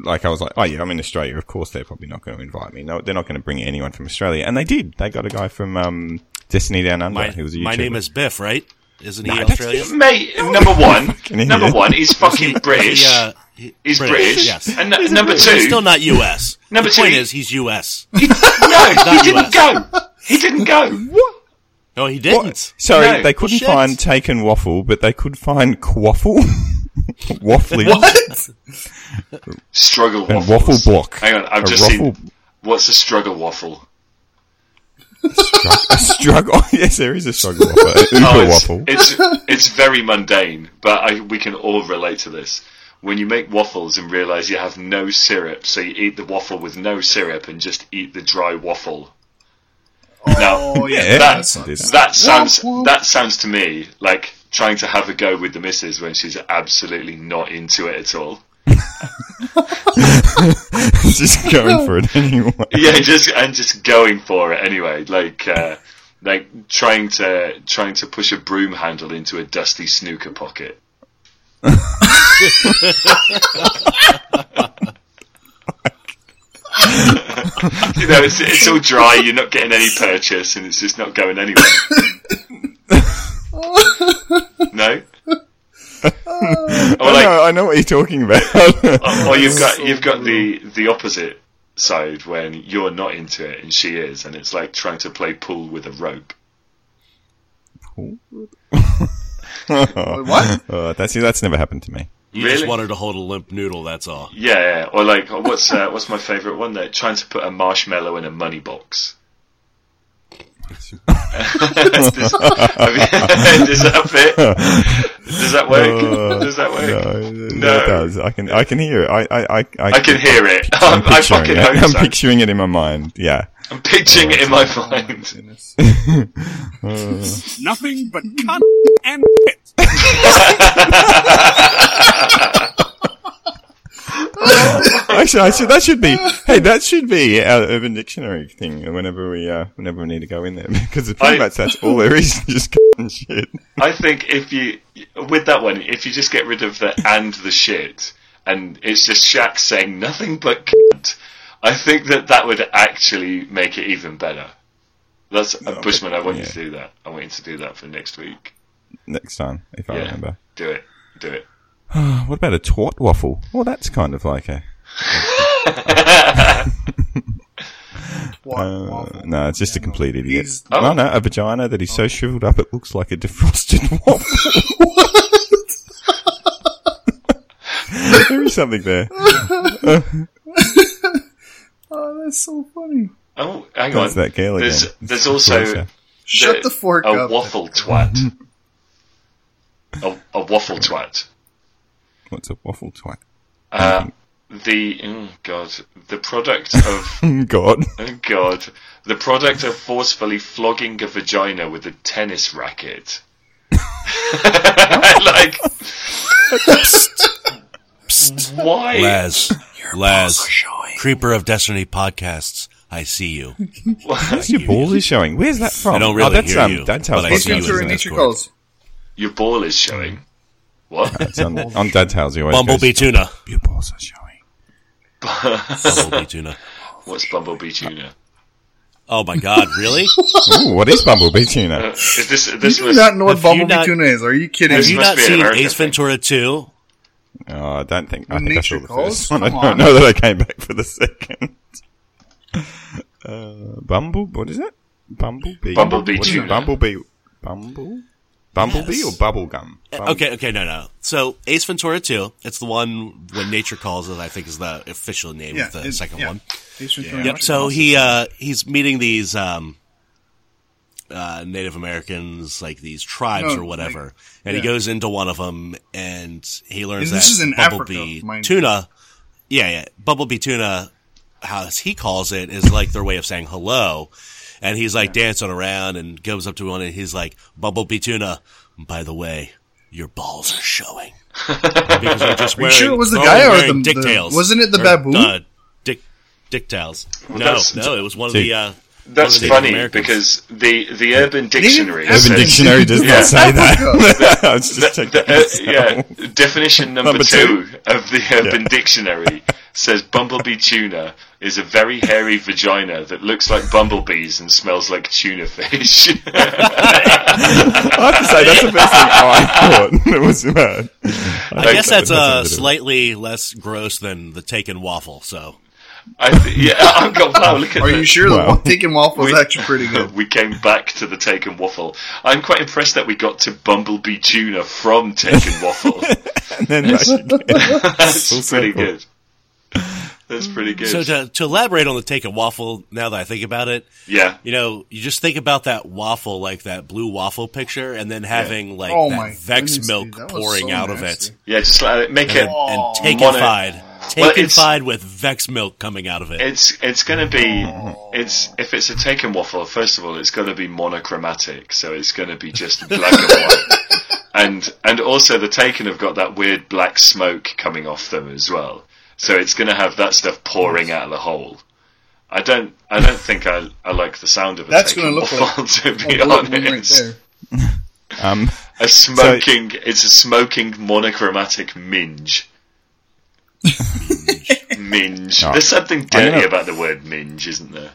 [SPEAKER 2] like, I was like, oh yeah, I'm in Australia. Of course, they're probably not going to invite me. No, they're not going to bring anyone from Australia, and they did. They got a guy from um, Destiny Down Under.
[SPEAKER 3] My,
[SPEAKER 2] who was a YouTuber.
[SPEAKER 3] my name is Biff, right? Isn't he
[SPEAKER 2] that's
[SPEAKER 3] Australian?
[SPEAKER 4] Mate, number one,
[SPEAKER 2] idiot.
[SPEAKER 4] number one, he's fucking British.
[SPEAKER 3] He, uh, he-
[SPEAKER 4] he's British.
[SPEAKER 3] Yes.
[SPEAKER 4] And n- number
[SPEAKER 3] He's
[SPEAKER 4] two,
[SPEAKER 3] still not U.S.
[SPEAKER 4] Number
[SPEAKER 3] the point
[SPEAKER 4] two-
[SPEAKER 3] is he's U.S.
[SPEAKER 4] he, no, he
[SPEAKER 3] not US.
[SPEAKER 4] didn't go. He didn't go.
[SPEAKER 3] No, he didn't.
[SPEAKER 2] Sorry,
[SPEAKER 4] No,
[SPEAKER 2] they couldn't
[SPEAKER 3] shit.
[SPEAKER 2] find taken waffle, but they could find quaffle, waffling,
[SPEAKER 4] Struggle
[SPEAKER 2] and
[SPEAKER 4] waffles.
[SPEAKER 2] waffle block.
[SPEAKER 4] Hang on, I've
[SPEAKER 2] a
[SPEAKER 4] just
[SPEAKER 2] waffle
[SPEAKER 4] seen. What's a struggle waffle?
[SPEAKER 2] a struggle. Oh, yes, there is a struggle waffle. Uber
[SPEAKER 4] Oh, it's,
[SPEAKER 2] waffle.
[SPEAKER 4] It's it's very mundane, but I, we can all relate to this. When you make waffles and realize you have no syrup, so you eat the waffle with no syrup and just eat the dry waffle.
[SPEAKER 5] Oh,
[SPEAKER 4] Now,
[SPEAKER 5] yeah.
[SPEAKER 2] Yeah,
[SPEAKER 4] that-
[SPEAKER 2] I can do that.
[SPEAKER 4] that sounds
[SPEAKER 5] Waffle.
[SPEAKER 4] that sounds to me like trying to have a go with the missus when she's absolutely not into it at all.
[SPEAKER 2] just going for it anyway.
[SPEAKER 4] yeah, just and just going for it anyway, like uh, like trying to trying to push a broom handle into a dusty snooker pocket. you know, it's it's all dry. You're not getting any purchase, and it's just not going anywhere. no. Or
[SPEAKER 2] I
[SPEAKER 4] like,
[SPEAKER 2] know, I know what you're talking about.
[SPEAKER 4] or you've got
[SPEAKER 2] Oh,
[SPEAKER 4] you've got the the opposite side when you're not into it and she is, and it's like trying to play pool with a rope.
[SPEAKER 5] What?
[SPEAKER 2] Oh, that's that's never happened to me.
[SPEAKER 3] You
[SPEAKER 4] Really?
[SPEAKER 3] just wanted to hold a limp noodle. That's all.
[SPEAKER 4] Yeah, yeah. or like what's uh, what's my favourite one? They're trying to put a marshmallow in a money box. does, have you- does that fit? Does that
[SPEAKER 2] Uh,
[SPEAKER 4] work? Does that work?
[SPEAKER 2] No, no. it does. I can I can hear it. I I I,
[SPEAKER 4] I can hear it.
[SPEAKER 2] I'm
[SPEAKER 4] I'm, I
[SPEAKER 2] picturing
[SPEAKER 4] fucking
[SPEAKER 2] it.
[SPEAKER 4] hope
[SPEAKER 2] I'm
[SPEAKER 4] so.
[SPEAKER 2] picturing it in my mind. Yeah.
[SPEAKER 4] I'm picturing it in my mind.
[SPEAKER 5] Goodness.
[SPEAKER 6] Nothing but cunt and pit.
[SPEAKER 2] I actually, I should, that should be. Hey, that should be our Urban Dictionary thing. Whenever we, uh, whenever we need to go in there, because pretty
[SPEAKER 4] I-
[SPEAKER 2] much that's all there is. Just and shit.
[SPEAKER 4] I think if you with that one, if you just get rid of the and the shit, and it's just Shaq saying nothing but cunt, I think that that would actually make it even better. That's uh, Bushman. I want you to do that. I want you to do that for next week.
[SPEAKER 2] Next time, if I
[SPEAKER 4] Yeah.
[SPEAKER 2] remember.
[SPEAKER 4] Do it. Do it.
[SPEAKER 2] What about a twat waffle? Well, that's kind of like a.
[SPEAKER 5] Wa-
[SPEAKER 2] Uh,
[SPEAKER 5] waffle.
[SPEAKER 2] no, it's just a complete idiot.
[SPEAKER 5] He's-
[SPEAKER 2] No, no, a vagina that
[SPEAKER 4] Oh.
[SPEAKER 2] is so shriveled up it looks like a defrosted waffle. there is something there.
[SPEAKER 5] Oh, that's so funny.
[SPEAKER 4] Oh, hang
[SPEAKER 2] That's
[SPEAKER 4] on.
[SPEAKER 2] that girl again.
[SPEAKER 4] There's there's
[SPEAKER 2] Closer.
[SPEAKER 4] also
[SPEAKER 5] Shut the fork
[SPEAKER 4] a
[SPEAKER 5] up.
[SPEAKER 4] waffle twat. a, a waffle twat.
[SPEAKER 2] What's a waffle twat?
[SPEAKER 4] Uh, the oh god, the product of
[SPEAKER 2] God.
[SPEAKER 4] oh god, the product of forcefully flogging a vagina with a tennis racket. like, why?
[SPEAKER 3] Laz, Laz, Creeper of Destiny podcasts. I see you.
[SPEAKER 2] Where's your balls is showing? Where's that from?
[SPEAKER 3] I don't really
[SPEAKER 2] oh, that's,
[SPEAKER 3] hear
[SPEAKER 2] um,
[SPEAKER 3] you,
[SPEAKER 2] Dad's House
[SPEAKER 3] but I see
[SPEAKER 5] Welcome
[SPEAKER 3] you
[SPEAKER 5] to
[SPEAKER 2] podcast.
[SPEAKER 3] in the
[SPEAKER 5] Nature
[SPEAKER 3] Discord.
[SPEAKER 5] Calls.
[SPEAKER 4] Your ball is showing. What?
[SPEAKER 2] It's on, on Dad's House, he always
[SPEAKER 3] Bumblebee tuna.
[SPEAKER 2] goes, Your balls are showing.
[SPEAKER 3] Bumblebee tuna.
[SPEAKER 4] What's Bumblebee Junior?
[SPEAKER 3] Oh my god, really?
[SPEAKER 2] Ooh, what is Bumblebee tuna?
[SPEAKER 4] Uh, Is this
[SPEAKER 5] You
[SPEAKER 4] this
[SPEAKER 5] do
[SPEAKER 4] was
[SPEAKER 5] not know what
[SPEAKER 3] Have you
[SPEAKER 5] Bumblebee
[SPEAKER 3] not-
[SPEAKER 5] Tuna is. Are you kidding
[SPEAKER 3] Have
[SPEAKER 4] This
[SPEAKER 5] me?
[SPEAKER 3] you
[SPEAKER 4] must
[SPEAKER 3] not
[SPEAKER 4] be an
[SPEAKER 3] seen
[SPEAKER 4] American
[SPEAKER 3] Ace
[SPEAKER 4] thing.
[SPEAKER 3] Ventura
[SPEAKER 5] Um,
[SPEAKER 3] 2?
[SPEAKER 2] Oh, I don't think. I think I
[SPEAKER 5] Nature
[SPEAKER 2] saw the
[SPEAKER 5] calls?
[SPEAKER 2] first one. I
[SPEAKER 5] Come
[SPEAKER 2] don't
[SPEAKER 5] on.
[SPEAKER 2] know that I came back for the second. Uh, Bumble, what is it? Bumblebee.
[SPEAKER 4] Bumblebee
[SPEAKER 2] What is it?
[SPEAKER 4] tuna.
[SPEAKER 2] Bumblebee. Bumble. Bumblebee
[SPEAKER 3] Yes. Uh,
[SPEAKER 2] or bubblegum? Bumble-
[SPEAKER 3] Okay, okay, no, no. So Ace Ventura 2, it's the one when nature calls it, I think is the official name
[SPEAKER 5] Yeah,
[SPEAKER 3] of the
[SPEAKER 5] it-
[SPEAKER 3] second
[SPEAKER 5] yeah.
[SPEAKER 3] one.
[SPEAKER 5] Eastern Tuna
[SPEAKER 3] Yep.
[SPEAKER 5] Nature
[SPEAKER 3] So
[SPEAKER 5] Calls.
[SPEAKER 3] he uh, he's meeting these um, uh, Native Americans, like these tribes
[SPEAKER 5] No,
[SPEAKER 3] or whatever,
[SPEAKER 5] Oh, like-
[SPEAKER 3] and he
[SPEAKER 5] yeah.
[SPEAKER 3] goes into one of them, and he learns
[SPEAKER 5] And this
[SPEAKER 3] that
[SPEAKER 5] is in
[SPEAKER 3] bumblebee
[SPEAKER 5] Africa, mind you.
[SPEAKER 3] tuna. Yeah, yeah, bumblebee tuna, how he calls it, is like their way of saying hello. And he's like dancing around and goes up to one and he's like, "Bumblebee tuna, by the way, your balls are showing." because they're just wearing,
[SPEAKER 5] sure it was the
[SPEAKER 3] they're
[SPEAKER 5] guy
[SPEAKER 3] only
[SPEAKER 5] or
[SPEAKER 3] wearing
[SPEAKER 5] the-
[SPEAKER 3] dick
[SPEAKER 5] the-
[SPEAKER 3] tails.
[SPEAKER 5] wasn't it the
[SPEAKER 3] Or,
[SPEAKER 5] baboon?
[SPEAKER 3] Uh, dick dick tails. no,
[SPEAKER 4] that's-
[SPEAKER 3] no, it was one of
[SPEAKER 2] See,
[SPEAKER 3] the. Uh,
[SPEAKER 4] That's
[SPEAKER 3] Native
[SPEAKER 4] funny
[SPEAKER 3] Americans.
[SPEAKER 4] because the the Urban Dictionary
[SPEAKER 5] Urban
[SPEAKER 4] says
[SPEAKER 2] Urban Dictionary does
[SPEAKER 4] uh, Yeah.
[SPEAKER 2] not say that. I was just checking.
[SPEAKER 4] The- uh, yeah, definition number,
[SPEAKER 2] Number
[SPEAKER 4] two,
[SPEAKER 2] two.
[SPEAKER 4] of the Urban Dictionary says bumblebee tuna is a very hairy vagina that looks like bumblebees and smells like tuna fish.
[SPEAKER 2] I have to say, that's the best thing I thought. It was bad.
[SPEAKER 3] I guess that's uh,
[SPEAKER 2] bit of-
[SPEAKER 3] slightly less gross than the taken waffle. So
[SPEAKER 4] I th- yeah, I'm going. Wow, look at
[SPEAKER 5] Are
[SPEAKER 4] that.
[SPEAKER 5] you sure
[SPEAKER 2] Wow.
[SPEAKER 5] the taking waffle is actually pretty good?
[SPEAKER 4] we came back to the take and waffle. I'm quite impressed that we got to bumblebee tuna from take and waffle.
[SPEAKER 2] And then back again. Full
[SPEAKER 4] That's
[SPEAKER 2] circle.
[SPEAKER 4] pretty good. That's pretty good.
[SPEAKER 3] so uh, to, to elaborate on the taken waffle, now that I think about it,
[SPEAKER 4] yeah.
[SPEAKER 3] you know, you just think about that waffle, like that blue waffle picture, and then having like
[SPEAKER 5] Oh my
[SPEAKER 3] that Vex
[SPEAKER 5] goodness,
[SPEAKER 3] milk
[SPEAKER 5] dude, that was
[SPEAKER 3] pouring
[SPEAKER 5] so
[SPEAKER 3] out
[SPEAKER 5] nasty. Oh.
[SPEAKER 3] of
[SPEAKER 4] Yeah, just like, make it.
[SPEAKER 3] it, and
[SPEAKER 4] Mono-
[SPEAKER 3] takenified,
[SPEAKER 4] Well, it's-
[SPEAKER 3] takenified with Vex milk coming out of it.
[SPEAKER 4] It's it's going to be it's if it's a take and waffle. First of all, it's going to be monochromatic, so it's going to be just black and white. And and also the taken have got that weird black smoke coming off them as well. So it's going to have that stuff pouring out of the hole. I don't I don't think I, I like the sound of a
[SPEAKER 5] That's
[SPEAKER 4] take
[SPEAKER 5] gonna
[SPEAKER 4] and
[SPEAKER 5] look
[SPEAKER 4] waffle to be honest.
[SPEAKER 5] One right there.
[SPEAKER 2] Um,
[SPEAKER 4] A smoking it's a smoking monochromatic minge. minge. There's something dirty
[SPEAKER 2] gonna-
[SPEAKER 4] about the word minge, isn't there?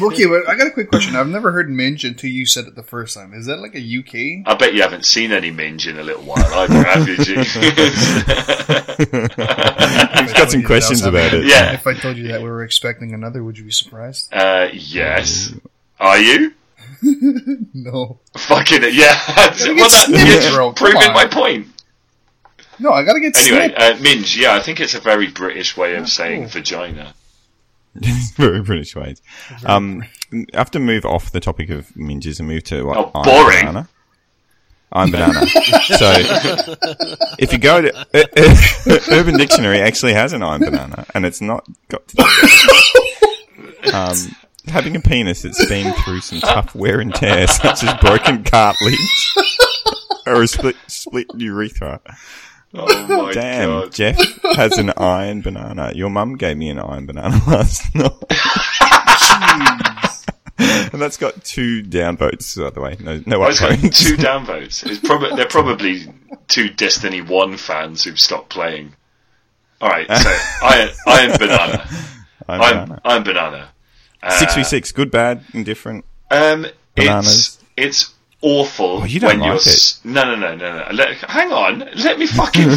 [SPEAKER 5] Okay, but I got a quick question. I've never heard minge until you said it the first time. Is that like a UK?
[SPEAKER 4] I bet you haven't seen any Minge in a little while either, have you, Gene?
[SPEAKER 2] we've got some questions about it.
[SPEAKER 4] yeah.
[SPEAKER 5] If I told you that we were expecting another, would you be surprised?
[SPEAKER 4] Uh, yes. Are you?
[SPEAKER 5] No.
[SPEAKER 4] Fucking it, yeah. well, that,
[SPEAKER 5] snipped,
[SPEAKER 4] you're just
[SPEAKER 5] bro, come
[SPEAKER 4] proving
[SPEAKER 5] on.
[SPEAKER 4] my point.
[SPEAKER 5] No, I gotta get
[SPEAKER 4] Anyway,
[SPEAKER 5] snipped.
[SPEAKER 4] uh, Minge, yeah, I think it's a very British way of saying vagina.
[SPEAKER 2] very British ways. Um, I have to move off the topic of minges and move to what?
[SPEAKER 4] Oh,
[SPEAKER 2] I'm
[SPEAKER 4] boring.
[SPEAKER 2] Banana. I'm banana. so if you go to uh, uh, Urban Dictionary, actually has an iron banana, and it's not got. To um, having a penis that's been through some tough wear and tear, such as broken cartilage or a split, split urethra.
[SPEAKER 4] Oh my
[SPEAKER 2] Damn,
[SPEAKER 4] god.
[SPEAKER 2] Jeff has an iron banana. Your mum gave me an iron banana last night.
[SPEAKER 5] Jeez.
[SPEAKER 2] And that's got two downvotes, by the way. No, no
[SPEAKER 4] I was got
[SPEAKER 2] upvotes.
[SPEAKER 4] two downvotes. It's prob- they're probably two Destiny 1 fans who've stopped playing. Alright, so Iron, Iron Banana.
[SPEAKER 2] Iron
[SPEAKER 4] Iron,
[SPEAKER 2] banana.
[SPEAKER 4] Iron Banana. Uh,
[SPEAKER 2] 6v6, good, bad, indifferent.
[SPEAKER 4] Um,
[SPEAKER 2] Bananas.
[SPEAKER 4] it's it's awful
[SPEAKER 2] Oh, you don't
[SPEAKER 4] when
[SPEAKER 2] like
[SPEAKER 4] you're. s- No, no, no, no, no. Let, hang on. Let me fucking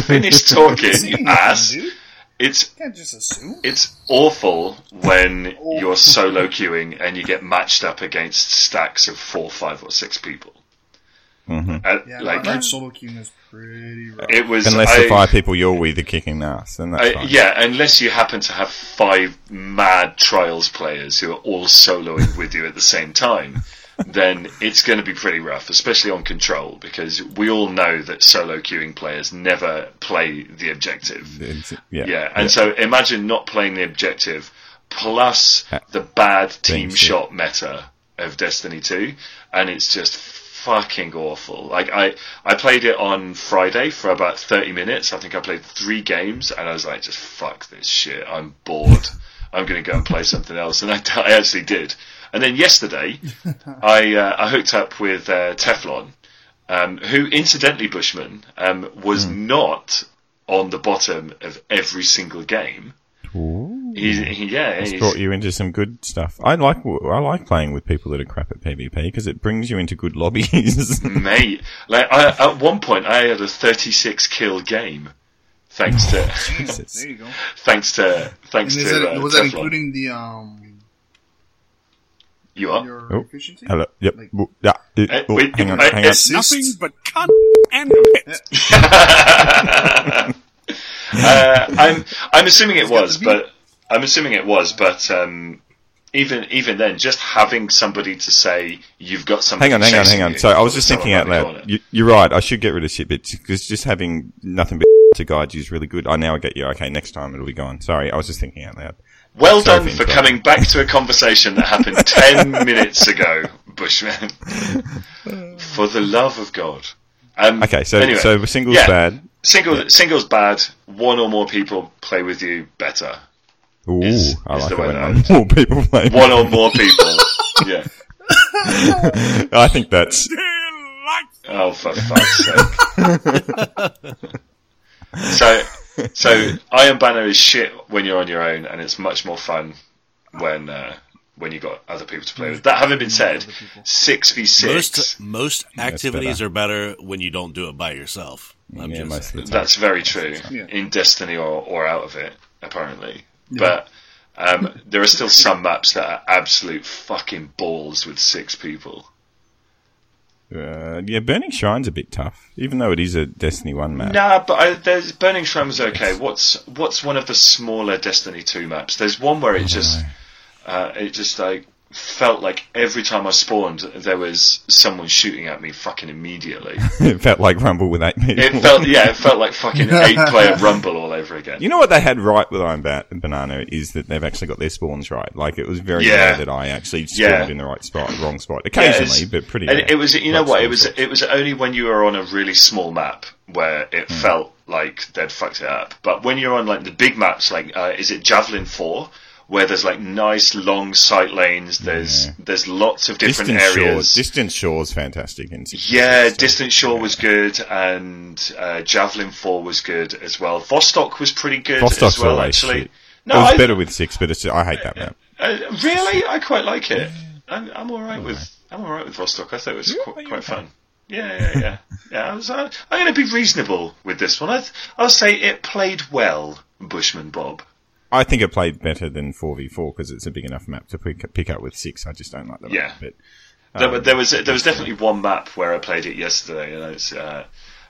[SPEAKER 4] finish talking,
[SPEAKER 5] See,
[SPEAKER 4] you ass.
[SPEAKER 5] dude.
[SPEAKER 4] It's
[SPEAKER 5] Can't just assume.
[SPEAKER 4] it's awful when you're solo queuing and you get matched up against stacks of four, five, or six people.
[SPEAKER 2] Mm-hmm.
[SPEAKER 4] Uh,
[SPEAKER 5] Yeah,
[SPEAKER 4] like
[SPEAKER 5] my solo queue is pretty rough.
[SPEAKER 4] it was.
[SPEAKER 2] Unless
[SPEAKER 4] I,
[SPEAKER 2] the five people you're with are kicking ass, then that's
[SPEAKER 4] I,
[SPEAKER 2] fine.
[SPEAKER 4] Uh, yeah, unless you happen to have five mad trials players who are all soloing with you at the same time, then it's going to be pretty rough, especially on control, because we all know that solo queuing players never play the objective.
[SPEAKER 2] It's- yeah.
[SPEAKER 4] Yeah, and so imagine not playing the objective plus
[SPEAKER 2] Uh,
[SPEAKER 4] the bad
[SPEAKER 2] thank
[SPEAKER 4] team
[SPEAKER 2] you.
[SPEAKER 4] shot meta of Destiny 2, and it's just fucking awful. Like I, I played it on Friday for about 30 minutes. I think I played three games, and I was like, just fuck this shit. I'm bored. I'm going to go and play something else, and I, I actually did. And then yesterday, I uh, I hooked up with uh, Teflon, um, who incidentally Bushman um, was
[SPEAKER 2] Hmm.
[SPEAKER 4] not on the bottom of every single game.
[SPEAKER 2] Ooh.
[SPEAKER 4] He's, he, yeah,
[SPEAKER 2] It's
[SPEAKER 4] he's-
[SPEAKER 2] Hmm. brought you into some good stuff. I like I like playing with people that are crap at PvP because it brings you into good lobbies.
[SPEAKER 4] Mm. mate. Like I, at one point, I had a 36 kill game, thanks to
[SPEAKER 2] Jesus.
[SPEAKER 5] There you go.
[SPEAKER 4] thanks to
[SPEAKER 5] And
[SPEAKER 4] thanks
[SPEAKER 5] is
[SPEAKER 4] to
[SPEAKER 5] that,
[SPEAKER 4] uh,
[SPEAKER 5] was that
[SPEAKER 4] Teflon.
[SPEAKER 5] including the um
[SPEAKER 4] you are.
[SPEAKER 5] your
[SPEAKER 2] Oh,
[SPEAKER 5] efficiency?
[SPEAKER 2] Hello. Yep.
[SPEAKER 5] Like-
[SPEAKER 2] Woo, yeah.
[SPEAKER 4] Uh,
[SPEAKER 2] It- oh,
[SPEAKER 4] wait,
[SPEAKER 2] hang on.
[SPEAKER 4] I-
[SPEAKER 2] Hang on.
[SPEAKER 4] it's-
[SPEAKER 6] Nothing
[SPEAKER 5] Assist.
[SPEAKER 6] but cunt and pit.
[SPEAKER 4] Uh, I'm I'm assuming it was,
[SPEAKER 5] the beat.
[SPEAKER 4] but I'm assuming it was, but um, even even then, just having somebody to say you've got something.
[SPEAKER 2] Hang on. Hang on.
[SPEAKER 4] chasing
[SPEAKER 2] Hang on.
[SPEAKER 4] you,"
[SPEAKER 2] So I was
[SPEAKER 4] there's
[SPEAKER 2] just thinking out
[SPEAKER 4] someone around the
[SPEAKER 2] loud.
[SPEAKER 4] corner.
[SPEAKER 2] You, you're right. I should get rid of shit bits because just having nothing but to guide you is really good. I now get you. Okay. Next time it'll be gone. Sorry. I was just thinking out loud.
[SPEAKER 4] Well
[SPEAKER 2] Sorry
[SPEAKER 4] done
[SPEAKER 2] for
[SPEAKER 4] for
[SPEAKER 2] interrupting.
[SPEAKER 4] coming back to a conversation that happened 10 minutes ago, Bushman. for the love of God. Um,
[SPEAKER 2] Okay. So
[SPEAKER 4] anyway,
[SPEAKER 2] so singles
[SPEAKER 4] yeah,
[SPEAKER 2] bad.
[SPEAKER 4] Single, Single's bad. One or more people play with you better.
[SPEAKER 2] Ooh,
[SPEAKER 4] is-
[SPEAKER 2] I
[SPEAKER 4] is
[SPEAKER 2] like
[SPEAKER 4] the
[SPEAKER 2] it
[SPEAKER 4] way
[SPEAKER 2] when
[SPEAKER 4] that I
[SPEAKER 2] I'm
[SPEAKER 4] would-
[SPEAKER 2] more people play.
[SPEAKER 4] One or more people. yeah.
[SPEAKER 2] I think that's
[SPEAKER 6] Delightful.
[SPEAKER 4] Oh, for fuck's sake. so, so Iron Banner is shit when you're on your own, and it's much more fun when uh, when you got other people to play with. That having been said, six v six.
[SPEAKER 3] Most most activities are better when you don't do it by yourself. I'm
[SPEAKER 2] yeah,
[SPEAKER 3] just
[SPEAKER 2] most
[SPEAKER 3] saying.
[SPEAKER 2] of the time.
[SPEAKER 4] That's very true.
[SPEAKER 5] Yeah.
[SPEAKER 4] In Destiny or, or out of it, apparently. But um, there are still some maps that are absolute fucking balls with six people.
[SPEAKER 2] Uh, yeah, Burning Shrine's a bit tough, even though it is a Destiny One map.
[SPEAKER 4] Nah, but I, there's Burning Shrine was okay. What's what's one of the smaller Destiny two maps? There's one where it just uh, it just like felt like every time I spawned there was someone shooting at me fucking immediately.
[SPEAKER 2] it felt like Rumble with eight people.
[SPEAKER 4] It felt yeah, it felt like fucking eight player rumble all over again.
[SPEAKER 2] You know what they had right with Iron Ba- Banana is that they've actually got their spawns right. Like it was very
[SPEAKER 4] Yeah.
[SPEAKER 2] rare that I actually spawned
[SPEAKER 4] Yeah.
[SPEAKER 2] in the right spot, wrong spot
[SPEAKER 4] Yeah,
[SPEAKER 2] occasionally,
[SPEAKER 4] it's-
[SPEAKER 2] but pretty.
[SPEAKER 4] And
[SPEAKER 2] rare.
[SPEAKER 4] it was, you know
[SPEAKER 2] Like
[SPEAKER 4] what? It
[SPEAKER 2] spawn
[SPEAKER 4] was,
[SPEAKER 2] spots.
[SPEAKER 4] it was only when you were on a really small map where
[SPEAKER 2] Hmm.
[SPEAKER 4] it felt like they'd fucked it up. But when you're on like the big maps, like uh, is it Javelin Four, where there's like nice long sight lanes. There's there's lots of different
[SPEAKER 2] Distant Shore.
[SPEAKER 4] areas.
[SPEAKER 2] Distant Shore's fantastic. In
[SPEAKER 4] yeah, Distant Shore was good, and uh, Javelin Four was good as well. Vostok was pretty good
[SPEAKER 2] Vostok's
[SPEAKER 4] as well,
[SPEAKER 2] always
[SPEAKER 4] actually.
[SPEAKER 2] shit.
[SPEAKER 4] No,
[SPEAKER 2] it was
[SPEAKER 4] I-
[SPEAKER 2] better with six, but it's, I hate that map.
[SPEAKER 4] uh, really, I quite like it. I'm, I'm all right with I'm all right with Vostok. I thought it was qu- quite fun. Yeah, yeah, yeah. yeah I was, I, I'm going to be reasonable with this one. I th- I'll say it played well, Bushman Bob.
[SPEAKER 2] I think it played better than four v four because it's a big enough map to pick, pick up with six. I just don't like that.
[SPEAKER 4] Yeah.
[SPEAKER 2] map, but Oh,
[SPEAKER 4] There, were- there was there was definitely one map where I played it yesterday, and I was uh,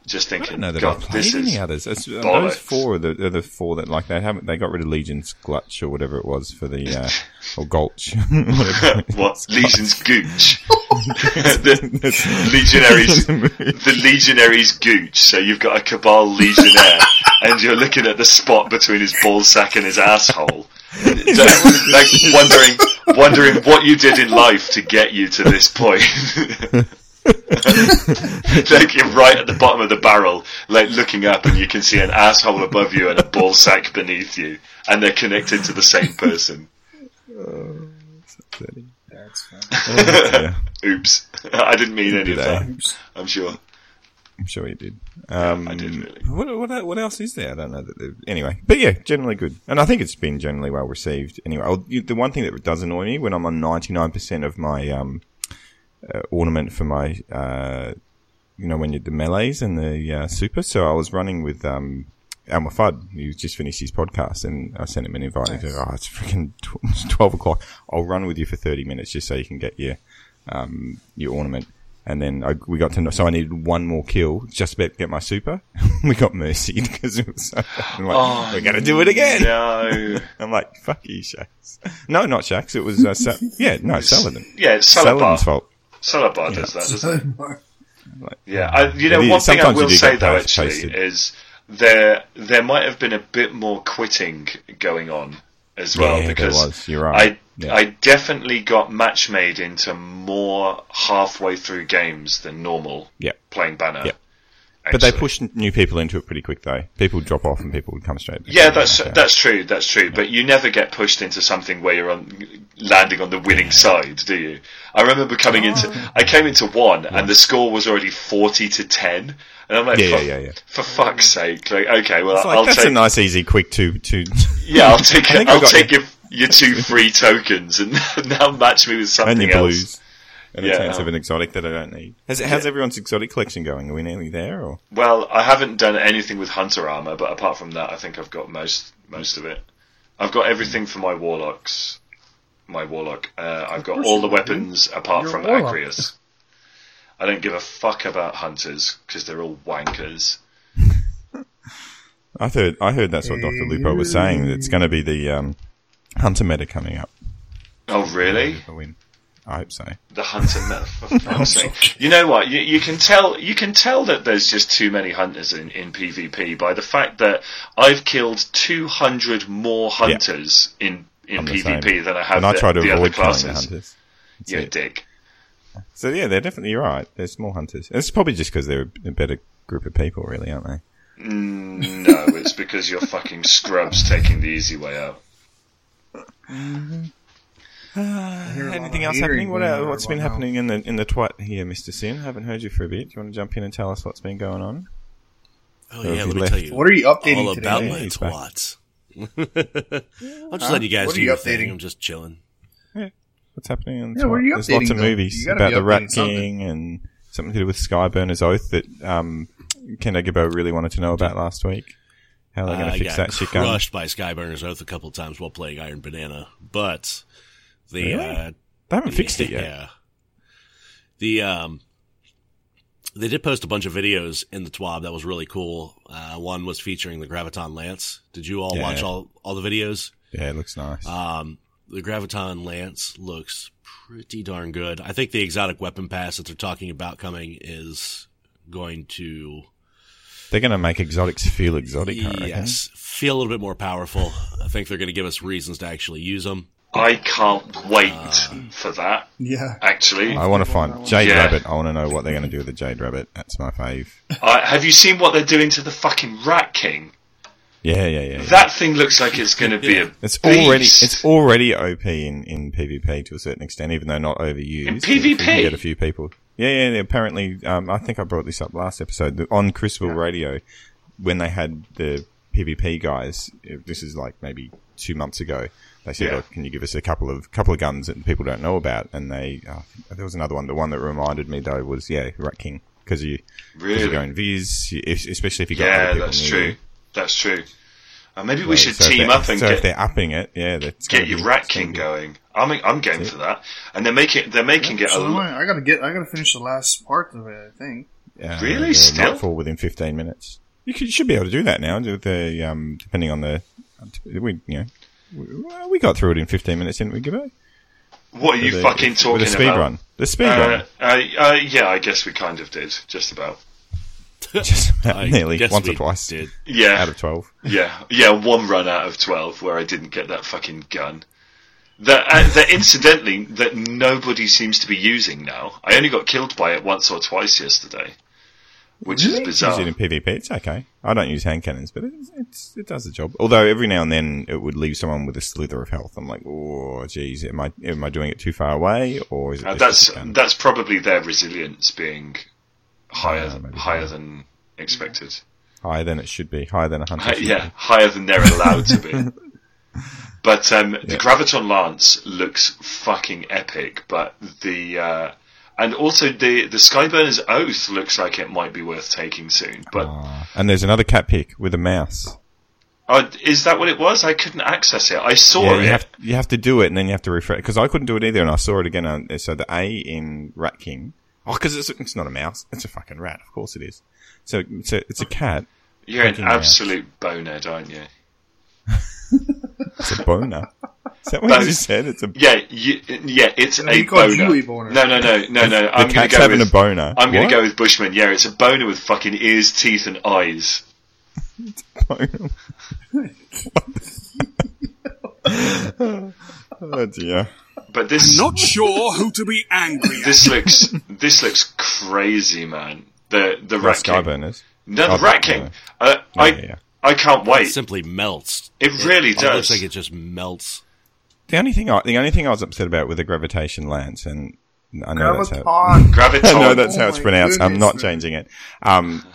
[SPEAKER 4] just
[SPEAKER 2] I
[SPEAKER 4] thinking,
[SPEAKER 2] don't know that
[SPEAKER 4] God,
[SPEAKER 2] I've
[SPEAKER 4] this
[SPEAKER 2] played
[SPEAKER 4] is
[SPEAKER 2] any others. It's, uh,
[SPEAKER 4] bollocks.
[SPEAKER 2] those four are the, are the four that like they haven't. They got rid of Legion's Glutch or whatever it was for the uh, or Gulch. whatever.
[SPEAKER 4] what Legion's Gooch. the Legionaries, the Legionaries Gooch. So you've got a Cabal Legionnaire, and you're looking at the spot between his ball sack and his asshole, Don't- like wondering, wondering what you did in life to get you to this point. like you're right at the bottom of the barrel, like looking up, and you can see an asshole above you and a ball sack beneath you, and they're connected to the same person.
[SPEAKER 5] That's fine.
[SPEAKER 2] Yeah,
[SPEAKER 4] Oops, I didn't mean any
[SPEAKER 2] Did
[SPEAKER 4] of
[SPEAKER 2] I?
[SPEAKER 4] that. I'm sure.
[SPEAKER 2] I'm sure he did. Um,
[SPEAKER 4] I did really.
[SPEAKER 2] What, what, what else is there? I don't know. That they've- anyway, but yeah, generally good, and I think it's been generally well received. Anyway, I'll, you- the one thing that does annoy me when I'm on 99 percent of my um, uh, ornament for my, uh, you know, when you the melees and the uh, super. So I was running with um, Alma Fudd. He just finished his podcast, and I sent him an invite. He said, "Oh, it's freaking tw- it's 12 o'clock. I'll run with you for 30 minutes just so you can get your um, your ornament." And then I, we got to know, so I needed one more kill just about to get my super. we got mercy because it was so, I'm like,
[SPEAKER 4] Oh,
[SPEAKER 2] we're going to do it again.
[SPEAKER 4] No.
[SPEAKER 2] I'm like, fuck you, Shax. No, not Shax. It was, uh, Sa- yeah, no, Saladin.
[SPEAKER 4] Yeah, it's
[SPEAKER 2] Saladin's
[SPEAKER 4] Salabar.
[SPEAKER 2] fault.
[SPEAKER 4] Salabar does that, doesn't it? Yeah, I, you
[SPEAKER 2] It
[SPEAKER 4] know,
[SPEAKER 2] is.
[SPEAKER 4] one thing I
[SPEAKER 2] Sometimes you
[SPEAKER 4] will
[SPEAKER 2] do
[SPEAKER 4] say
[SPEAKER 2] get
[SPEAKER 4] though,
[SPEAKER 2] both
[SPEAKER 4] actually,
[SPEAKER 2] tasted.
[SPEAKER 4] is there there might have been a bit more quitting going on as well
[SPEAKER 2] Yeah, there
[SPEAKER 4] because
[SPEAKER 2] was. You're right.
[SPEAKER 4] I
[SPEAKER 2] Yeah.
[SPEAKER 4] I definitely got match made into more halfway through games than normal
[SPEAKER 2] Yeah.
[SPEAKER 4] playing Banner.
[SPEAKER 2] Yep. But they
[SPEAKER 4] actually.
[SPEAKER 2] push n- new people into it pretty quick, though. People would drop off and people would come straight. back.
[SPEAKER 4] Yeah, that's that's true. That's true. But you never get pushed into something where you're on landing on the winning side, do you? I remember coming
[SPEAKER 2] Oh.
[SPEAKER 4] into I came into one and the score was already forty to ten, and I'm like,
[SPEAKER 2] Yeah, yeah,
[SPEAKER 4] for,
[SPEAKER 2] yeah, yeah.
[SPEAKER 4] for fuck's
[SPEAKER 2] Um,
[SPEAKER 4] sake, like, okay, well,
[SPEAKER 2] It's like,
[SPEAKER 4] I'll
[SPEAKER 2] that's
[SPEAKER 4] take
[SPEAKER 2] a nice, easy, quick two. two.
[SPEAKER 4] yeah, I'll take
[SPEAKER 2] think I
[SPEAKER 4] I'll
[SPEAKER 2] got
[SPEAKER 4] take your, your two free tokens and now match me with something
[SPEAKER 2] and your
[SPEAKER 4] else.
[SPEAKER 2] blues. And a
[SPEAKER 4] Yeah.
[SPEAKER 2] chance of an exotic that I don't need. Has, how's everyone's exotic collection going? Are we nearly there? Or
[SPEAKER 4] Well, I haven't done anything with hunter armor, but apart from that, I think I've got most most of it. I've got everything for my warlocks. My warlock. Uh, I've got
[SPEAKER 5] course
[SPEAKER 4] all the
[SPEAKER 5] you do.
[SPEAKER 4] weapons apart
[SPEAKER 5] You're a
[SPEAKER 4] from
[SPEAKER 5] warlock.
[SPEAKER 4] Agrius. I don't give a fuck about hunters because they're all wankers.
[SPEAKER 2] I heard, I heard that's what Doctor Lupo was saying. That it's going to be the um, hunter meta coming up.
[SPEAKER 4] Oh really?
[SPEAKER 2] for the win. I hope so.
[SPEAKER 4] The hunter meta. For fuck's sake. You know what? You, you can tell. You can tell that there's just too many hunters in, in PvP by the fact that I've killed 200 more hunters in in
[SPEAKER 2] I'm the same.
[SPEAKER 4] PvP than I have
[SPEAKER 2] And I
[SPEAKER 4] the,
[SPEAKER 2] try to
[SPEAKER 4] the other
[SPEAKER 2] avoid killing
[SPEAKER 4] classes.
[SPEAKER 2] the hunters. That's
[SPEAKER 4] You
[SPEAKER 2] it.
[SPEAKER 4] dick.
[SPEAKER 2] So yeah, they're definitely you're right. They're small hunters. It's probably just because they're a better group of people, really, aren't they?
[SPEAKER 4] No, it's because you're fucking scrubs taking the easy way out.
[SPEAKER 2] Anything else happening? What, uh, what's been happening in the in the twat here, Mister Sin? Haven't heard you for a bit. Do you want to jump in and tell us what's been going on?
[SPEAKER 3] Oh
[SPEAKER 2] Or
[SPEAKER 3] yeah,
[SPEAKER 2] if
[SPEAKER 3] let
[SPEAKER 2] you
[SPEAKER 3] me
[SPEAKER 2] left-
[SPEAKER 3] tell you
[SPEAKER 5] What are you updating
[SPEAKER 3] all
[SPEAKER 5] today?
[SPEAKER 3] about
[SPEAKER 2] Yeah,
[SPEAKER 3] my
[SPEAKER 2] he's back.
[SPEAKER 3] twats. I'm just letting you guys
[SPEAKER 5] What are
[SPEAKER 3] do
[SPEAKER 5] you
[SPEAKER 3] your thing.
[SPEAKER 5] updating?
[SPEAKER 3] I'm just chilling.
[SPEAKER 2] What's happening? In the
[SPEAKER 5] Yeah, what
[SPEAKER 2] twat?
[SPEAKER 5] are you
[SPEAKER 2] There's lots
[SPEAKER 5] updating,
[SPEAKER 2] of
[SPEAKER 5] though?
[SPEAKER 2] movies
[SPEAKER 5] You gotta
[SPEAKER 2] about
[SPEAKER 5] be
[SPEAKER 2] the Rat
[SPEAKER 5] updating something.
[SPEAKER 2] King and something to do with Skyburner's Oath that um, Ken Agabo really wanted to know about last week. How they're going
[SPEAKER 3] I
[SPEAKER 2] to Oh, fix
[SPEAKER 3] got
[SPEAKER 2] that shit going?
[SPEAKER 3] Uh, crushed by Skyburner's Oath a couple times while playing Iron Banana, but the
[SPEAKER 2] Really?
[SPEAKER 3] uh,
[SPEAKER 2] They haven't fixed it yet.
[SPEAKER 3] Yeah. The um, they did post a bunch of videos in the TWAB that was really cool. Uh, one was featuring the Graviton Lance. Did you all
[SPEAKER 2] Yeah.
[SPEAKER 3] watch all all the videos?
[SPEAKER 2] Yeah, it looks nice.
[SPEAKER 3] Um, the Graviton Lance looks pretty darn good. I think the exotic weapon pass that they're talking about coming is going to
[SPEAKER 2] They're going to make exotics feel exotic. I reckon.
[SPEAKER 3] yes feel a little bit more powerful. I think they're going to give us reasons to actually use them.
[SPEAKER 4] I can't wait
[SPEAKER 2] Ah.
[SPEAKER 4] for that,
[SPEAKER 5] Yeah.
[SPEAKER 4] actually.
[SPEAKER 2] I want to find Jade
[SPEAKER 4] Yeah.
[SPEAKER 2] Rabbit. I want to know what they're going to do with the Jade Rabbit. That's my fave.
[SPEAKER 4] I, have you seen what they're doing to the fucking Rat King?
[SPEAKER 2] Yeah, yeah, yeah. yeah.
[SPEAKER 4] That thing looks like it's going to be a.
[SPEAKER 2] It's
[SPEAKER 4] beast.
[SPEAKER 2] already it's already OP in, in PvP to a certain extent, even though not overused.
[SPEAKER 4] In
[SPEAKER 2] If you
[SPEAKER 4] PvP?
[SPEAKER 2] can get a few people. Yeah, yeah. yeah. Apparently, um, I think I brought this up last episode that on Crucible Radio when they had the PvP guys. if This is like maybe two months ago. They said,
[SPEAKER 4] Yeah.
[SPEAKER 2] "Look, can you give us a couple of couple of guns that people don't know about?" And they oh, there was another one. The one that reminded me though was yeah, Rat King because you. 'cause
[SPEAKER 4] Really?
[SPEAKER 2] You're going viz, you- if- especially if you got other
[SPEAKER 4] yeah,
[SPEAKER 2] people
[SPEAKER 4] that's
[SPEAKER 2] near
[SPEAKER 4] true.
[SPEAKER 2] you.
[SPEAKER 4] That's true. Uh, maybe we should
[SPEAKER 2] So if
[SPEAKER 4] team
[SPEAKER 2] they're-
[SPEAKER 4] up and
[SPEAKER 2] so if
[SPEAKER 4] get
[SPEAKER 2] they're upping it, yeah, that's
[SPEAKER 4] get
[SPEAKER 2] gonna
[SPEAKER 4] your
[SPEAKER 2] be-
[SPEAKER 4] Rat
[SPEAKER 2] it's gonna
[SPEAKER 4] King
[SPEAKER 2] be-
[SPEAKER 4] going. I'm I'm game for that. And they're making they're making it a.
[SPEAKER 5] So am
[SPEAKER 4] l-
[SPEAKER 5] I I gotta get. I gotta finish the last part of it. I think.
[SPEAKER 2] uh,
[SPEAKER 4] Really?
[SPEAKER 2] the
[SPEAKER 4] Still?
[SPEAKER 2] Nightfall within 15 minutes. You, could, you should be able to do that now, do the, um, depending on the. uh, We, you know, we, well, we got through it in 15 minutes, didn't we, Gibbo?
[SPEAKER 4] What are you
[SPEAKER 2] The-
[SPEAKER 4] fucking talking
[SPEAKER 2] With a speed
[SPEAKER 4] about?
[SPEAKER 2] run. The speed
[SPEAKER 4] Uh,
[SPEAKER 2] run.
[SPEAKER 4] uh, uh, yeah, I guess we kind of did, just about.
[SPEAKER 2] Just about
[SPEAKER 3] I
[SPEAKER 2] nearly
[SPEAKER 3] guess
[SPEAKER 2] once or
[SPEAKER 3] we
[SPEAKER 2] twice
[SPEAKER 3] Did
[SPEAKER 4] Yeah,
[SPEAKER 2] out of 12.
[SPEAKER 4] Yeah, yeah, one run out of twelve where I didn't get that fucking gun. that uh, that incidentally that nobody seems to be using now. I only got killed by it once or twice yesterday, which is
[SPEAKER 2] Use
[SPEAKER 4] bizarre.
[SPEAKER 2] it in PvP. It's okay. I don't use hand cannons, but it, it's, it does the job. Although every now and then it would leave someone with a slither of health. I'm like, oh, geez, am I am I doing it too far away, or is it?
[SPEAKER 4] Uh,
[SPEAKER 2] just
[SPEAKER 4] that's
[SPEAKER 2] a cannon?"
[SPEAKER 4] that's probably their resilience being higher
[SPEAKER 2] Yeah, maybe
[SPEAKER 4] higher than expected.
[SPEAKER 2] higher than it should be, higher than a hundred.
[SPEAKER 4] Hi- yeah, higher than they're allowed to be. But um, the graviton lance looks fucking epic. But the uh, and also the the Skyburner's oath looks like it might be worth taking soon. But
[SPEAKER 2] Uh-huh. Ah, And there's another cat pick with a mouse.
[SPEAKER 4] uh, is that what it was? I couldn't access it. I saw
[SPEAKER 2] Yeah,
[SPEAKER 4] it.
[SPEAKER 2] you have you have to do it, and then you have to refresh because I couldn't do it either, and I saw it again. On, so the A in Rat King, oh, because it's it's not a mouse, it's a fucking rat. Of course it is. So so it's a cat.
[SPEAKER 4] You're an
[SPEAKER 2] Fucking mouse.
[SPEAKER 4] absolute bonehead, aren't you?
[SPEAKER 2] It's a boner. Is that what you
[SPEAKER 4] Both.
[SPEAKER 2] just said? It's a
[SPEAKER 4] Yeah, you, yeah, it's
[SPEAKER 5] No,
[SPEAKER 4] a
[SPEAKER 5] you called
[SPEAKER 4] boner.
[SPEAKER 5] Huey boner.
[SPEAKER 4] No, no, no, no, no.
[SPEAKER 2] the
[SPEAKER 4] I'm going
[SPEAKER 2] cat's
[SPEAKER 4] to go
[SPEAKER 2] having
[SPEAKER 4] with
[SPEAKER 2] a boner.
[SPEAKER 4] I'm going
[SPEAKER 2] What?
[SPEAKER 4] to go with Bushman. Yeah, it's a boner with fucking ears, teeth, and eyes.
[SPEAKER 2] boner. oh dear.
[SPEAKER 4] But this
[SPEAKER 6] Not sure who to be angry at.
[SPEAKER 4] this looks this looks crazy, man. The the
[SPEAKER 2] Rat
[SPEAKER 4] Rat
[SPEAKER 2] Sky
[SPEAKER 4] King.
[SPEAKER 2] burners.
[SPEAKER 4] No,
[SPEAKER 2] Oh,
[SPEAKER 4] the Rat
[SPEAKER 2] no.
[SPEAKER 4] King. Uh, I
[SPEAKER 2] yeah, yeah.
[SPEAKER 4] I can't wait.
[SPEAKER 3] simply melts.
[SPEAKER 4] It really
[SPEAKER 3] It looks
[SPEAKER 4] does.
[SPEAKER 3] like it just melts.
[SPEAKER 2] The only thing I the only thing I was upset about with the gravitation lance, and I know that's how.
[SPEAKER 5] Graviton.
[SPEAKER 4] Graviton.
[SPEAKER 2] I know that's
[SPEAKER 5] Oh
[SPEAKER 2] how it's
[SPEAKER 5] my
[SPEAKER 2] pronounced. I'm
[SPEAKER 5] goodness,
[SPEAKER 2] not
[SPEAKER 5] man.
[SPEAKER 2] changing it. Um,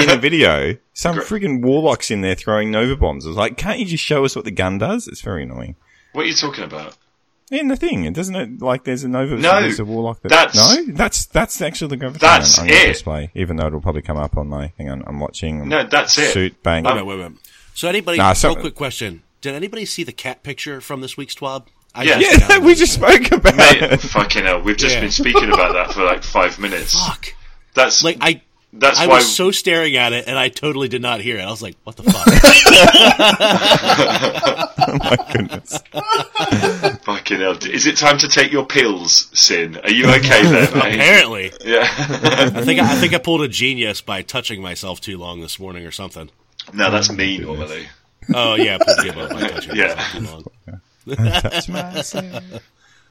[SPEAKER 2] in the video, some friggin' warlocks in there throwing Nova bombs. I was like, can't you just show us what the gun does? It's very annoying.
[SPEAKER 4] What are you talking about?
[SPEAKER 2] In the thing, it doesn't it like there's a Nova
[SPEAKER 4] No,
[SPEAKER 2] there's a warlock that
[SPEAKER 4] that's-
[SPEAKER 2] No? That's that's actually the gravitation
[SPEAKER 4] That's
[SPEAKER 2] I'm gonna
[SPEAKER 4] it.
[SPEAKER 2] display, even though it'll probably come up on my hang on, I'm watching
[SPEAKER 4] No, that's it.
[SPEAKER 2] shoot bang.
[SPEAKER 4] Um,
[SPEAKER 3] Wait, wait, wait. So anybody?
[SPEAKER 2] Nah, some-
[SPEAKER 3] real quick question: Did anybody see the cat picture from this week's TWAB? I
[SPEAKER 4] Yeah.
[SPEAKER 3] just
[SPEAKER 2] yeah,
[SPEAKER 3] found
[SPEAKER 2] we
[SPEAKER 3] it.
[SPEAKER 2] just spoke about
[SPEAKER 4] Mate,
[SPEAKER 2] it.
[SPEAKER 4] fucking hell. We've just
[SPEAKER 3] Yeah.
[SPEAKER 4] been speaking about that for like five minutes.
[SPEAKER 3] fuck.
[SPEAKER 4] That's
[SPEAKER 3] Like I,
[SPEAKER 4] that's
[SPEAKER 3] I
[SPEAKER 4] why
[SPEAKER 3] was so staring at it, and I totally did not hear it. I was like, "What the fuck?"
[SPEAKER 2] My goodness.
[SPEAKER 4] fucking hell. Is it time to take your pills, Sin? Are you okay there, mate?
[SPEAKER 3] Apparently,
[SPEAKER 4] yeah.
[SPEAKER 3] I think I, I think I pulled a genius by touching myself too long this morning or something.
[SPEAKER 4] no, that's me normally.
[SPEAKER 3] Oh yeah, I pulled a gimbo by touching
[SPEAKER 4] Yeah.
[SPEAKER 3] myself too long.
[SPEAKER 2] Touch myself.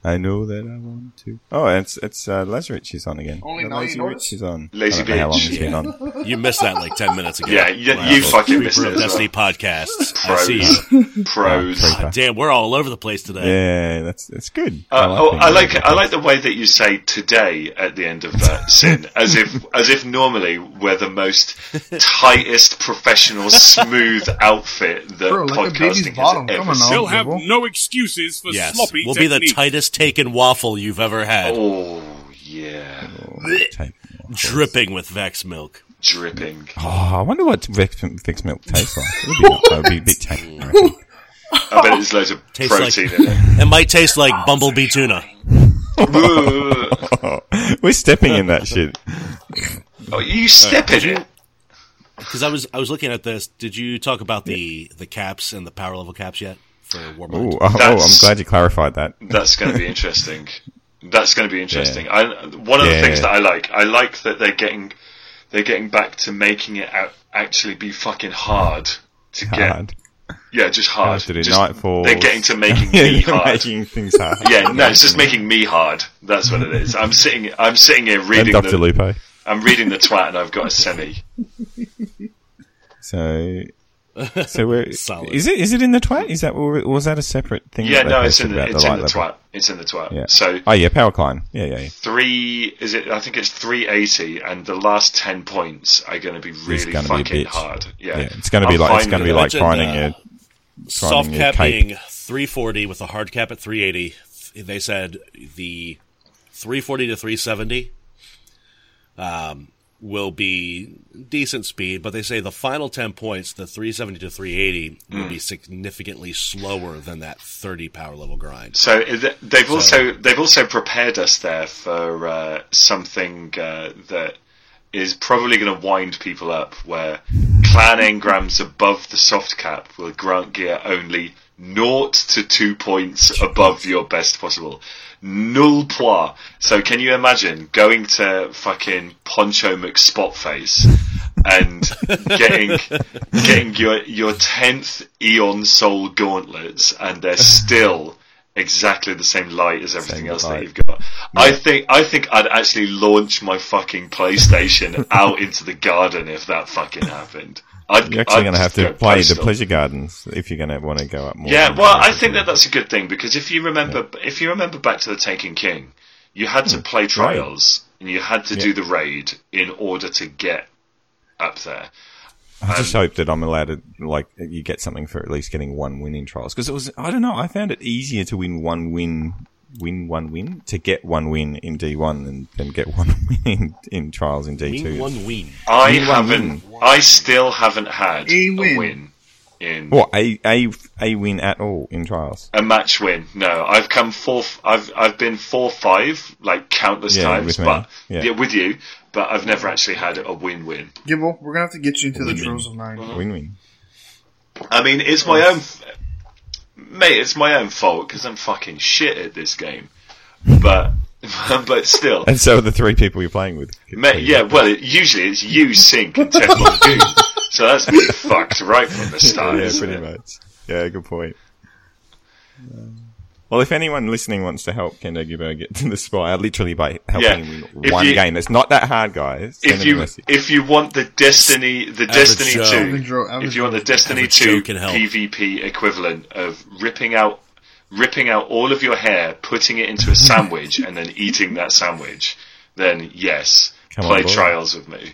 [SPEAKER 2] I know that I want to. Oh, it's it's uh, Lazarus is on again.
[SPEAKER 5] Only
[SPEAKER 2] Uh,
[SPEAKER 5] now you
[SPEAKER 2] Lazy
[SPEAKER 5] know
[SPEAKER 2] Rich
[SPEAKER 5] it.
[SPEAKER 2] is on.
[SPEAKER 4] Lazy
[SPEAKER 2] I don't know how long
[SPEAKER 4] bitch.
[SPEAKER 2] he's been on.
[SPEAKER 3] You missed that like ten minutes ago.
[SPEAKER 4] Yeah, you-
[SPEAKER 3] Wow.
[SPEAKER 4] you fucking missed
[SPEAKER 3] Creeper
[SPEAKER 4] it
[SPEAKER 3] of
[SPEAKER 4] as
[SPEAKER 3] Destiny podcast. I
[SPEAKER 4] Pros.
[SPEAKER 3] see. you.
[SPEAKER 4] Pros.
[SPEAKER 2] Creeper.
[SPEAKER 3] God damn, we're all over the place today.
[SPEAKER 2] Yeah, that's that's good.
[SPEAKER 4] Uh, oh,
[SPEAKER 2] being
[SPEAKER 4] I like
[SPEAKER 2] lazy.
[SPEAKER 4] I like the way that you say today at the end of that sin, as if as if normally we're the most tightest, professional, smooth outfit that
[SPEAKER 5] Bro, like a baby's
[SPEAKER 4] podcasting
[SPEAKER 5] bottom.
[SPEAKER 4] has
[SPEAKER 5] Come
[SPEAKER 4] ever
[SPEAKER 5] on now.
[SPEAKER 4] seen.
[SPEAKER 6] They'll have
[SPEAKER 5] Unbelievable.
[SPEAKER 6] no excuses for
[SPEAKER 3] Yes,
[SPEAKER 6] sloppy
[SPEAKER 3] we'll be
[SPEAKER 6] technique.
[SPEAKER 3] the tightest taken waffle you've ever had,
[SPEAKER 4] Oh yeah,
[SPEAKER 2] Take-
[SPEAKER 3] dripping with Vex milk.
[SPEAKER 4] dripping.
[SPEAKER 2] Oh, I wonder what Vex, Vex milk tastes like. It would be, not- that would be a bit tangy. I reckon.
[SPEAKER 4] I bet there's loads of
[SPEAKER 3] Tastes like-
[SPEAKER 4] protein in it.
[SPEAKER 3] It might taste like bumblebee tuna.
[SPEAKER 4] Ooh.
[SPEAKER 2] Oh, we're stepping in that shit.
[SPEAKER 4] Oh, you step in it.
[SPEAKER 3] Because I was I was looking at this. Did you talk about the the caps and the power level caps yet for
[SPEAKER 2] Ooh,
[SPEAKER 3] Warmind?
[SPEAKER 2] oh, oh, I'm
[SPEAKER 4] That's-
[SPEAKER 2] glad you clarified that.
[SPEAKER 4] That's going to be interesting. That's going to be interesting. I, one of
[SPEAKER 2] Yeah.
[SPEAKER 4] the things that I like, I like that they're getting they're getting back to making it out, actually be fucking hard to get.
[SPEAKER 2] Hard.
[SPEAKER 4] Yeah, just hard.
[SPEAKER 2] After the
[SPEAKER 4] Just-
[SPEAKER 2] nightfalls.
[SPEAKER 4] They're getting to making
[SPEAKER 2] Yeah,
[SPEAKER 4] me
[SPEAKER 2] you're
[SPEAKER 4] hard.
[SPEAKER 2] making things hard.
[SPEAKER 4] yeah, no, it's just making me hard. That's what it is. I'm sitting. I'm sitting here
[SPEAKER 2] And
[SPEAKER 4] reading.
[SPEAKER 2] Dr.
[SPEAKER 4] The,
[SPEAKER 2] Lupo.
[SPEAKER 4] I'm reading the twat, and I've got a semi.
[SPEAKER 2] So, so we're
[SPEAKER 3] Solid.
[SPEAKER 2] is it is it in the twat? Is that or was that a separate thing? that
[SPEAKER 4] Yeah,
[SPEAKER 2] they
[SPEAKER 4] no, it's
[SPEAKER 2] posted
[SPEAKER 4] in the
[SPEAKER 2] about
[SPEAKER 4] it's in
[SPEAKER 2] light
[SPEAKER 4] the
[SPEAKER 2] level?
[SPEAKER 4] twat. It's in the twat.
[SPEAKER 2] Yeah.
[SPEAKER 4] So
[SPEAKER 2] oh yeah, power climb. Yeah, yeah. yeah.
[SPEAKER 4] three is it? I think it's three eighty, and the last ten points are going to be really
[SPEAKER 2] gonna be a
[SPEAKER 4] fucking
[SPEAKER 2] bitch.
[SPEAKER 4] hard. Yeah,
[SPEAKER 2] Yeah, it's gonna be
[SPEAKER 4] I'll
[SPEAKER 2] like- it's
[SPEAKER 4] find
[SPEAKER 2] gonna
[SPEAKER 4] the-
[SPEAKER 2] be like
[SPEAKER 3] Imagine,
[SPEAKER 2] finding
[SPEAKER 3] uh,
[SPEAKER 2] a
[SPEAKER 3] soft
[SPEAKER 2] finding a
[SPEAKER 3] cap
[SPEAKER 2] cape.
[SPEAKER 3] being 340 with a hard cap at 380. Th- They said the 340 to 370 um, will be decent speed, but they say the final 10 points, the 370 to 380, will be significantly slower than that 30 power level grind.
[SPEAKER 4] So th- they've also they've also prepared us there for uh, something uh, that is probably going to wind people up, where clan engrams above the soft cap will grant gear only naught to two points above your best possible. Null poids. So can you imagine going to fucking Poncho McSpotface and getting getting your your tenth Eon Soul gauntlets, and they're still exactly the same light as everything
[SPEAKER 2] Same
[SPEAKER 4] else
[SPEAKER 2] light.
[SPEAKER 4] that you've got. I think I think I'd actually launch my fucking PlayStation out into the garden if that fucking happened. I'd,
[SPEAKER 2] You're actually
[SPEAKER 4] I'd
[SPEAKER 2] going to have
[SPEAKER 4] just
[SPEAKER 2] to
[SPEAKER 4] go
[SPEAKER 2] play the
[SPEAKER 4] postal.
[SPEAKER 2] pleasure gardens if you're going to want to go up more.
[SPEAKER 4] Yeah,
[SPEAKER 2] than
[SPEAKER 4] well,
[SPEAKER 2] that.
[SPEAKER 4] I think that that's a good thing because if you remember, if you remember back to the Taken King, you had
[SPEAKER 2] Hmm.
[SPEAKER 4] to play trials and you had to do the raid in order to get up there.
[SPEAKER 2] I just hope that I'm allowed to like you get something for at least getting one win in trials because it was I don't know I found it easier to win one win win one win to get one win in D1 than, than get one win in, in trials in D2.
[SPEAKER 3] Wing one wing.
[SPEAKER 4] I
[SPEAKER 2] You won,
[SPEAKER 4] haven't. I still haven't had
[SPEAKER 5] A
[SPEAKER 4] a
[SPEAKER 5] win.
[SPEAKER 4] win, in
[SPEAKER 2] What a a a win at all in trials?
[SPEAKER 4] a match win. No, I've come four. I've I've been four five like countless
[SPEAKER 2] Yeah,
[SPEAKER 4] times,
[SPEAKER 2] with me.
[SPEAKER 4] but
[SPEAKER 2] Yeah.
[SPEAKER 4] yeah. with you. But I've never actually had a win win.
[SPEAKER 5] Gibble, we're gonna have to get you into the Trolls of Nine.
[SPEAKER 2] Win win.
[SPEAKER 4] I mean, it's my own, f- mate. It's my own fault because I'm fucking shit at this game. But but still,
[SPEAKER 2] And so are the three people you're playing with.
[SPEAKER 4] mate. Yeah, well, it, usually it's you sink and Temple of Doom, so that's me fucked right from the
[SPEAKER 2] yeah,
[SPEAKER 4] start.
[SPEAKER 2] yeah,
[SPEAKER 4] isn't
[SPEAKER 2] pretty
[SPEAKER 4] it?
[SPEAKER 2] much. Yeah, good point. Well, if anyone listening wants to help Kendo Gibbo get to the spy, literally by helping
[SPEAKER 4] Yeah.
[SPEAKER 2] him win
[SPEAKER 4] If
[SPEAKER 2] one
[SPEAKER 4] you-
[SPEAKER 2] game, it's not that hard, guys. Send him
[SPEAKER 4] If
[SPEAKER 2] a
[SPEAKER 4] you
[SPEAKER 2] message.
[SPEAKER 4] if you want the Destiny the Destiny
[SPEAKER 3] Joe.
[SPEAKER 4] two
[SPEAKER 5] Average Joe- average
[SPEAKER 4] if you want the
[SPEAKER 5] Joe.
[SPEAKER 4] Destiny
[SPEAKER 3] Average
[SPEAKER 4] two
[SPEAKER 3] Joe can help.
[SPEAKER 4] PvP equivalent of ripping out ripping out all of your hair, putting it into a sandwich, and then eating that sandwich, then yes,
[SPEAKER 2] Come on
[SPEAKER 4] play
[SPEAKER 2] board.
[SPEAKER 4] trials with me.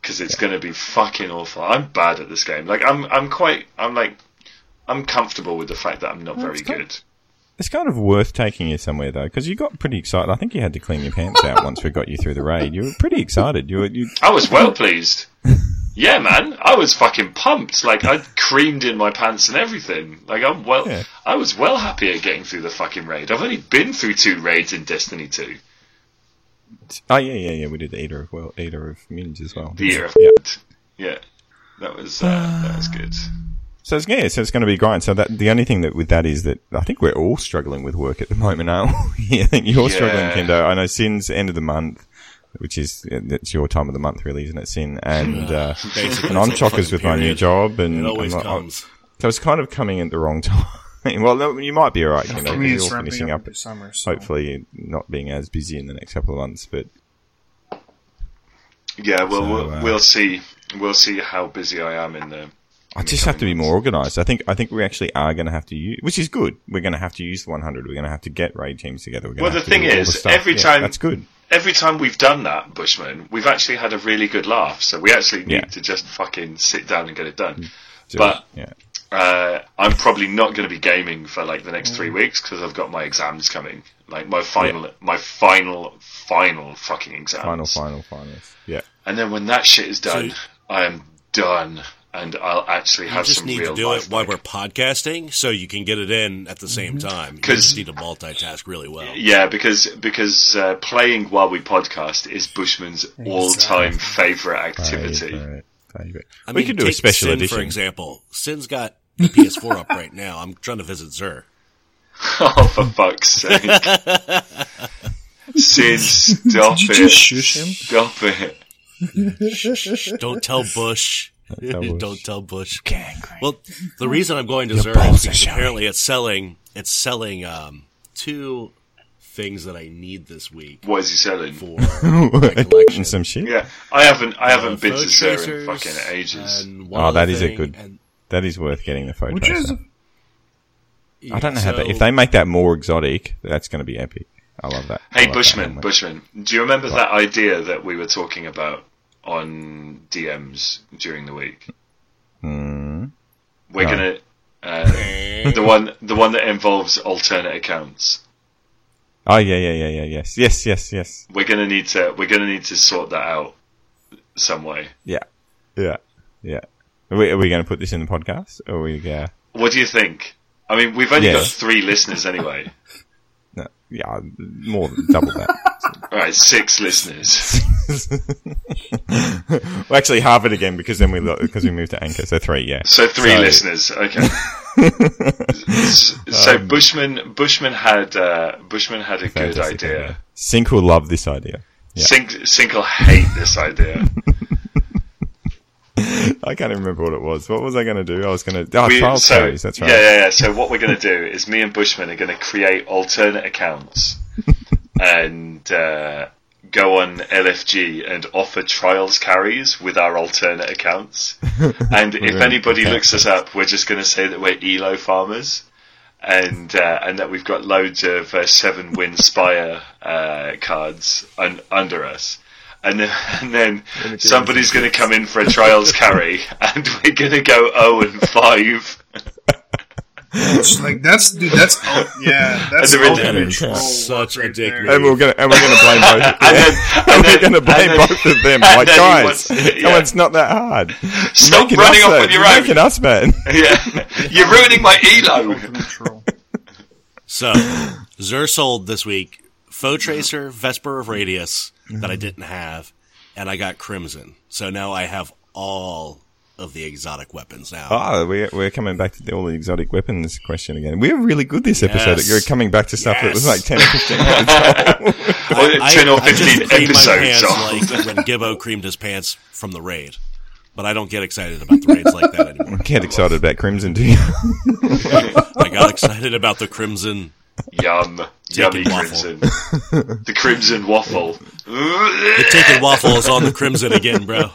[SPEAKER 4] Because it's going to be fucking awful. I'm bad at this game. Like I'm I'm quite I'm like I'm comfortable with the fact that I'm not very
[SPEAKER 2] it's cool.
[SPEAKER 4] good.
[SPEAKER 2] It's kind of worth taking you somewhere though, because you got pretty excited. I think you had to clean your pants out once we got you through the raid. You were pretty excited. You were, you,
[SPEAKER 4] I was well pleased. Yeah, man, I was fucking pumped. Like I creamed in my pants and everything. Like I'm well,
[SPEAKER 2] Yeah.
[SPEAKER 4] I was well happy at getting through the fucking raid. I've only been through two raids in Destiny Two.
[SPEAKER 2] oh yeah, yeah, yeah. We did the eater of well, eater of minge as well.
[SPEAKER 4] The year of
[SPEAKER 2] Yeah.
[SPEAKER 4] yeah, that was uh, that was good.
[SPEAKER 2] So it's, yeah, so it's going to be grind. So that the only thing that with that is that I think we're all struggling with work at the moment, aren't we? I think you're struggling,
[SPEAKER 4] Yeah.
[SPEAKER 2] Kendo. I know Sin's end of the month, which is it's your time of the month, really, isn't it, Sin? And uh,
[SPEAKER 3] Basically,
[SPEAKER 2] and I'm
[SPEAKER 3] it's like a
[SPEAKER 2] chockers with my new
[SPEAKER 3] period.
[SPEAKER 2] job, and
[SPEAKER 3] It always
[SPEAKER 2] Mm, I'm not-
[SPEAKER 3] comes.
[SPEAKER 2] so it's kind of coming at the wrong time. well, no, you might be all right, Kendo.
[SPEAKER 5] For
[SPEAKER 2] 'cause
[SPEAKER 5] me,
[SPEAKER 2] you're
[SPEAKER 5] it's
[SPEAKER 2] all
[SPEAKER 5] ramping
[SPEAKER 2] finishing
[SPEAKER 5] up
[SPEAKER 2] up
[SPEAKER 5] this summer. So.
[SPEAKER 2] hopefully not being as busy in the next couple of months. But
[SPEAKER 4] Yeah, well,
[SPEAKER 2] So,
[SPEAKER 4] we'll,
[SPEAKER 2] uh,
[SPEAKER 4] we'll see. We'll see how busy I am in the.
[SPEAKER 2] I just have to be more organised. I think I think we actually are going to have to use, which is good. We're going to have to use the 100. We're going to have to get raid teams together. We're gonna
[SPEAKER 4] Well,
[SPEAKER 2] have
[SPEAKER 4] the
[SPEAKER 2] to do
[SPEAKER 4] thing
[SPEAKER 2] all
[SPEAKER 4] is,
[SPEAKER 2] stuff.
[SPEAKER 4] every
[SPEAKER 2] Yeah,
[SPEAKER 4] time-
[SPEAKER 2] that's good.
[SPEAKER 4] Every time we've done that, Bushman, we've actually had a really good laugh. So we actually need
[SPEAKER 2] Yeah. Mm.
[SPEAKER 4] to just fucking sit down and get it done.
[SPEAKER 2] Do
[SPEAKER 4] But-
[SPEAKER 2] it. yeah,
[SPEAKER 4] uh, I'm probably not going to be gaming for like the next
[SPEAKER 5] Mm.
[SPEAKER 4] three weeks because I've got my exams coming. Like my final, my final, final fucking exams.
[SPEAKER 2] final, final, finals. Yeah,
[SPEAKER 4] And then when that shit is done,
[SPEAKER 3] So-
[SPEAKER 4] I am done, and I'll actually
[SPEAKER 3] You
[SPEAKER 4] have
[SPEAKER 3] just
[SPEAKER 4] some
[SPEAKER 3] need
[SPEAKER 4] real
[SPEAKER 3] to do
[SPEAKER 4] life.
[SPEAKER 3] it while we're podcasting, so you can get it in at the same
[SPEAKER 2] Mm-hmm.
[SPEAKER 3] time. You
[SPEAKER 4] 'Cause-
[SPEAKER 3] just need to multitask really well.
[SPEAKER 4] yeah, because because uh, playing while we podcast is Bushman's all-time favorite activity.
[SPEAKER 2] Favourite, favourite.
[SPEAKER 3] I
[SPEAKER 2] we
[SPEAKER 3] mean,
[SPEAKER 2] could do a
[SPEAKER 3] take
[SPEAKER 2] special
[SPEAKER 3] Sin,
[SPEAKER 2] edition.
[SPEAKER 3] for example. Sin's got the PS4 up right now. I'm trying to visit Zer.
[SPEAKER 4] oh, for fuck's sake! Sid, stop
[SPEAKER 5] Did you
[SPEAKER 4] it!
[SPEAKER 5] just shush him?
[SPEAKER 4] Stop it!
[SPEAKER 3] Don't tell Bush.
[SPEAKER 2] tell Bush.
[SPEAKER 3] Don't tell Bush. Well, the reason I'm going to Zer is
[SPEAKER 2] balls are
[SPEAKER 3] because
[SPEAKER 2] showing.
[SPEAKER 3] apparently it's selling. It's selling um, two things that I need this week
[SPEAKER 4] What is he selling?
[SPEAKER 3] for my collection.
[SPEAKER 2] And some shit.
[SPEAKER 4] Yeah, I haven't. I haven't
[SPEAKER 3] Uh,
[SPEAKER 4] been
[SPEAKER 3] Phone
[SPEAKER 4] to Sarah
[SPEAKER 3] Chasers
[SPEAKER 4] in fucking ages.
[SPEAKER 3] and one
[SPEAKER 2] Oh,
[SPEAKER 3] other
[SPEAKER 2] that is a
[SPEAKER 3] thing,
[SPEAKER 2] good-
[SPEAKER 3] and-
[SPEAKER 2] That is worth getting the
[SPEAKER 5] Which
[SPEAKER 2] photos.
[SPEAKER 5] is
[SPEAKER 2] out. I don't know how
[SPEAKER 3] so-
[SPEAKER 2] they, if they make that more exotic, that's going to be epic. I love that. I
[SPEAKER 4] hey,
[SPEAKER 2] love that
[SPEAKER 4] Bushman,
[SPEAKER 2] helmet.
[SPEAKER 4] Bushman, do you remember that idea that we were talking about on DMs during the week?
[SPEAKER 2] Hmm.
[SPEAKER 4] We're
[SPEAKER 2] No.
[SPEAKER 4] gonna uh, the one the one that involves alternate accounts.
[SPEAKER 2] Oh yeah, yeah, yeah, yeah, yes, yes, yes, yes.
[SPEAKER 4] We're gonna need to we're gonna need to sort that out some way.
[SPEAKER 2] Yeah. Yeah. Yeah. Are we, are we going to put this in the podcast? Or are we, uh,
[SPEAKER 4] What do you think? I mean, we've only
[SPEAKER 2] Yeah.
[SPEAKER 4] got three listeners anyway.
[SPEAKER 2] no, yeah, more than double that.
[SPEAKER 4] All right, six listeners.
[SPEAKER 2] well, actually, half it again because then we lo- because we moved to Anchor. So three, yeah.
[SPEAKER 4] So three
[SPEAKER 2] So-
[SPEAKER 4] listeners, okay. S- so
[SPEAKER 2] Um,
[SPEAKER 4] Bushman Bushman had uh, Bushman had a good
[SPEAKER 2] Fantastic
[SPEAKER 4] idea.
[SPEAKER 2] Sink will love this idea. Yeah.
[SPEAKER 4] Sink Sink will hate this idea.
[SPEAKER 2] I can't even remember what it was. What was I going to do? I was going to. Oh,
[SPEAKER 4] We-
[SPEAKER 2] trial
[SPEAKER 4] so-
[SPEAKER 2] series. That's right.
[SPEAKER 4] Yeah, yeah, yeah. So what we're going to do is me and Bushman are going to create alternate accounts and uh, go on LFG and offer trials carries with our alternate accounts. And if
[SPEAKER 2] gonna-
[SPEAKER 4] anybody
[SPEAKER 2] okay.
[SPEAKER 4] looks us up, we're just going to say that we're Elo farmers. And uh, and that we've got loads of uh, seven win spire uh, cards un- under us, and then, and then somebody's going to come in for a trials carry, and we're going to go zero and five.
[SPEAKER 5] It's like that's dude. That's oh, yeah.
[SPEAKER 4] That's
[SPEAKER 5] That's Oh,
[SPEAKER 4] a
[SPEAKER 5] out
[SPEAKER 4] ridiculous-
[SPEAKER 5] of
[SPEAKER 2] that is
[SPEAKER 4] Oh,
[SPEAKER 5] control
[SPEAKER 3] such
[SPEAKER 5] right there.
[SPEAKER 3] ridiculous.
[SPEAKER 2] And we're gonna and we're gonna blame both. and
[SPEAKER 4] And then, and
[SPEAKER 2] we're
[SPEAKER 4] then-
[SPEAKER 2] gonna
[SPEAKER 4] and
[SPEAKER 2] blame
[SPEAKER 4] then-
[SPEAKER 2] both of them.
[SPEAKER 4] and
[SPEAKER 2] Like
[SPEAKER 4] then he
[SPEAKER 2] guys,
[SPEAKER 4] wants- yeah.
[SPEAKER 2] no, it's not that hard.
[SPEAKER 4] Stop
[SPEAKER 2] Making
[SPEAKER 4] running
[SPEAKER 2] us
[SPEAKER 4] off
[SPEAKER 2] bad.
[SPEAKER 4] on your
[SPEAKER 2] You're
[SPEAKER 4] own.
[SPEAKER 2] Making us bad.
[SPEAKER 4] yeah, you're ruining my E elo.
[SPEAKER 5] Control.
[SPEAKER 3] So, Xur sold this week Faux Tracer, Vesper of Radius that
[SPEAKER 4] Mm-hmm.
[SPEAKER 3] I didn't have, and I got Crimson. So now I have all of the exotic weapons now.
[SPEAKER 4] Uh,
[SPEAKER 2] Ah, we're, we're coming back to the, all the exotic weapons question again. We were really good this episode.
[SPEAKER 3] Yes.
[SPEAKER 2] You're coming back to stuff that was
[SPEAKER 3] Yes.
[SPEAKER 2] like 10 or 15 minutes ago.
[SPEAKER 4] Well, ten or fifteen
[SPEAKER 3] cleaned
[SPEAKER 4] episodes off.
[SPEAKER 3] pants like when Gibbo creamed his pants from the raid. But I don't get excited about the raids like that anymore.
[SPEAKER 2] Get excited about Crimson, do you?
[SPEAKER 3] I got excited about the Crimson.
[SPEAKER 4] Yum, yummy
[SPEAKER 3] it, waffle.
[SPEAKER 4] crimson. the crimson waffle.
[SPEAKER 3] Taking waffle is on the Crimson again, bro.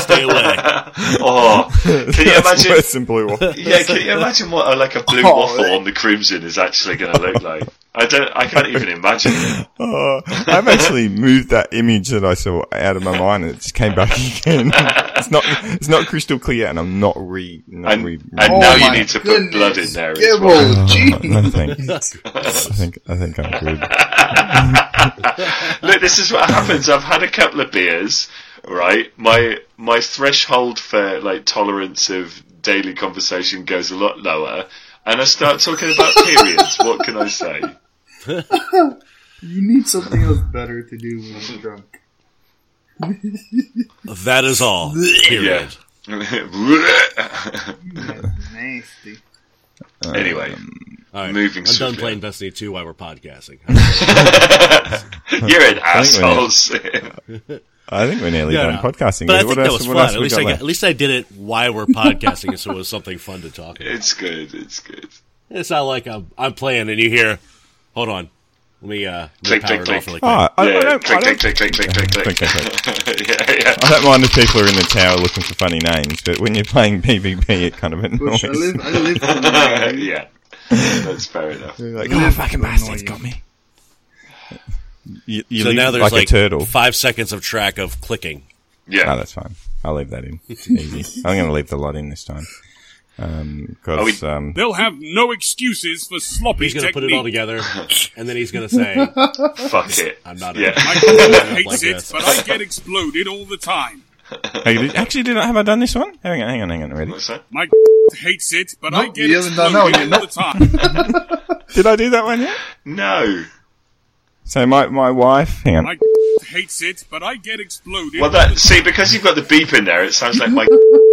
[SPEAKER 3] Stay away.
[SPEAKER 4] oh, can you
[SPEAKER 2] That's
[SPEAKER 4] imagine?
[SPEAKER 2] worse than Blue Waffle.
[SPEAKER 4] Yeah, can you imagine what a, like a
[SPEAKER 3] Oh.
[SPEAKER 4] blue waffle on the crimson is actually going to look like? I don't. I can't even imagine. it.
[SPEAKER 2] Oh, I've actually moved that image that I saw out of my mind and it just came back again. it's not it's not crystal clear and I'm not re... Not
[SPEAKER 4] And,
[SPEAKER 2] re- Uh,
[SPEAKER 4] and
[SPEAKER 5] Oh
[SPEAKER 4] now you
[SPEAKER 5] my
[SPEAKER 4] need to put
[SPEAKER 5] goodness.
[SPEAKER 4] blood in there as
[SPEAKER 5] Gibble,
[SPEAKER 4] well.
[SPEAKER 5] gee.
[SPEAKER 2] no, thanks. I think, I think I'm good.
[SPEAKER 4] Look, this is what happens. I've had a couple of beers, right? My my threshold for like tolerance of daily conversation goes a lot lower, and I start talking about periods. What can I say?
[SPEAKER 5] You need something else better to do when you're drunk.
[SPEAKER 3] That is all. Period.
[SPEAKER 4] Yeah.
[SPEAKER 5] Nasty.
[SPEAKER 4] anyway,
[SPEAKER 3] All right.
[SPEAKER 4] Moving
[SPEAKER 3] I'm done
[SPEAKER 4] swiftly.
[SPEAKER 3] playing Destiny 2 while we're podcasting.
[SPEAKER 4] you're an
[SPEAKER 2] think we're-
[SPEAKER 4] asshole. Sim.
[SPEAKER 2] I think we're nearly
[SPEAKER 3] Yeah,
[SPEAKER 2] done
[SPEAKER 3] no.
[SPEAKER 2] podcasting.
[SPEAKER 3] But I
[SPEAKER 2] What
[SPEAKER 3] think
[SPEAKER 2] else-
[SPEAKER 3] that was
[SPEAKER 2] what
[SPEAKER 3] fun.
[SPEAKER 2] else
[SPEAKER 3] At
[SPEAKER 2] we
[SPEAKER 3] least,
[SPEAKER 2] got
[SPEAKER 3] I,
[SPEAKER 2] left?
[SPEAKER 3] at least I did it while we're podcasting, so it was something fun to talk about.
[SPEAKER 4] It's good. It's good.
[SPEAKER 3] It's not like I'm, I'm playing and you hear, hold on, let me, uh, let me
[SPEAKER 4] Click,
[SPEAKER 3] power it off
[SPEAKER 4] click, click.
[SPEAKER 3] really quick.
[SPEAKER 2] Ah, I, I
[SPEAKER 4] Yeah,
[SPEAKER 2] don't, I
[SPEAKER 4] click,
[SPEAKER 2] don't
[SPEAKER 4] click, click, click, click, click,
[SPEAKER 2] Okay,
[SPEAKER 4] click. yeah, yeah.
[SPEAKER 2] I don't mind if people are in the tower looking for funny names, but when you're playing PvP, it kind of annoys.
[SPEAKER 5] Bush, I live. I live for the night.
[SPEAKER 4] yeah, that's fair enough.
[SPEAKER 2] You're like,
[SPEAKER 5] I
[SPEAKER 2] "Oh,
[SPEAKER 5] live for the noise."
[SPEAKER 2] me. You, you
[SPEAKER 3] So
[SPEAKER 2] leave
[SPEAKER 3] now
[SPEAKER 2] it
[SPEAKER 3] there's
[SPEAKER 2] like,
[SPEAKER 3] like,
[SPEAKER 2] a turtle.
[SPEAKER 3] five seconds of track of clicking.
[SPEAKER 2] No,
[SPEAKER 4] Yeah.
[SPEAKER 2] Ah, that's fine. I'll leave that in. Easy. I'm going to leave the lot in this time. Um, 'cause, um,
[SPEAKER 6] They'll have no excuses for sloppy
[SPEAKER 3] He's going to
[SPEAKER 6] technique.
[SPEAKER 3] put it all together, and then he's going to say,
[SPEAKER 4] Fuck it.
[SPEAKER 3] I'm not
[SPEAKER 4] Yeah.
[SPEAKER 6] My
[SPEAKER 3] a
[SPEAKER 6] computer
[SPEAKER 3] Like
[SPEAKER 6] hates it,
[SPEAKER 3] this.
[SPEAKER 6] but I get exploded all the time.
[SPEAKER 2] hey, did- actually, did I, have I done this one? Hang on, hang on, hang on. Ready?
[SPEAKER 4] What's that?
[SPEAKER 6] My hates it, but I
[SPEAKER 5] Nope,
[SPEAKER 6] get
[SPEAKER 5] he hasn't done
[SPEAKER 6] exploded
[SPEAKER 5] that
[SPEAKER 6] all
[SPEAKER 5] one yet.
[SPEAKER 6] the time.
[SPEAKER 2] Did I do that one yet?
[SPEAKER 4] No.
[SPEAKER 2] So my, my wife, hang on.
[SPEAKER 6] My hates it, but I get exploded.
[SPEAKER 4] Well, that see because you've got the beep in there, it sounds like my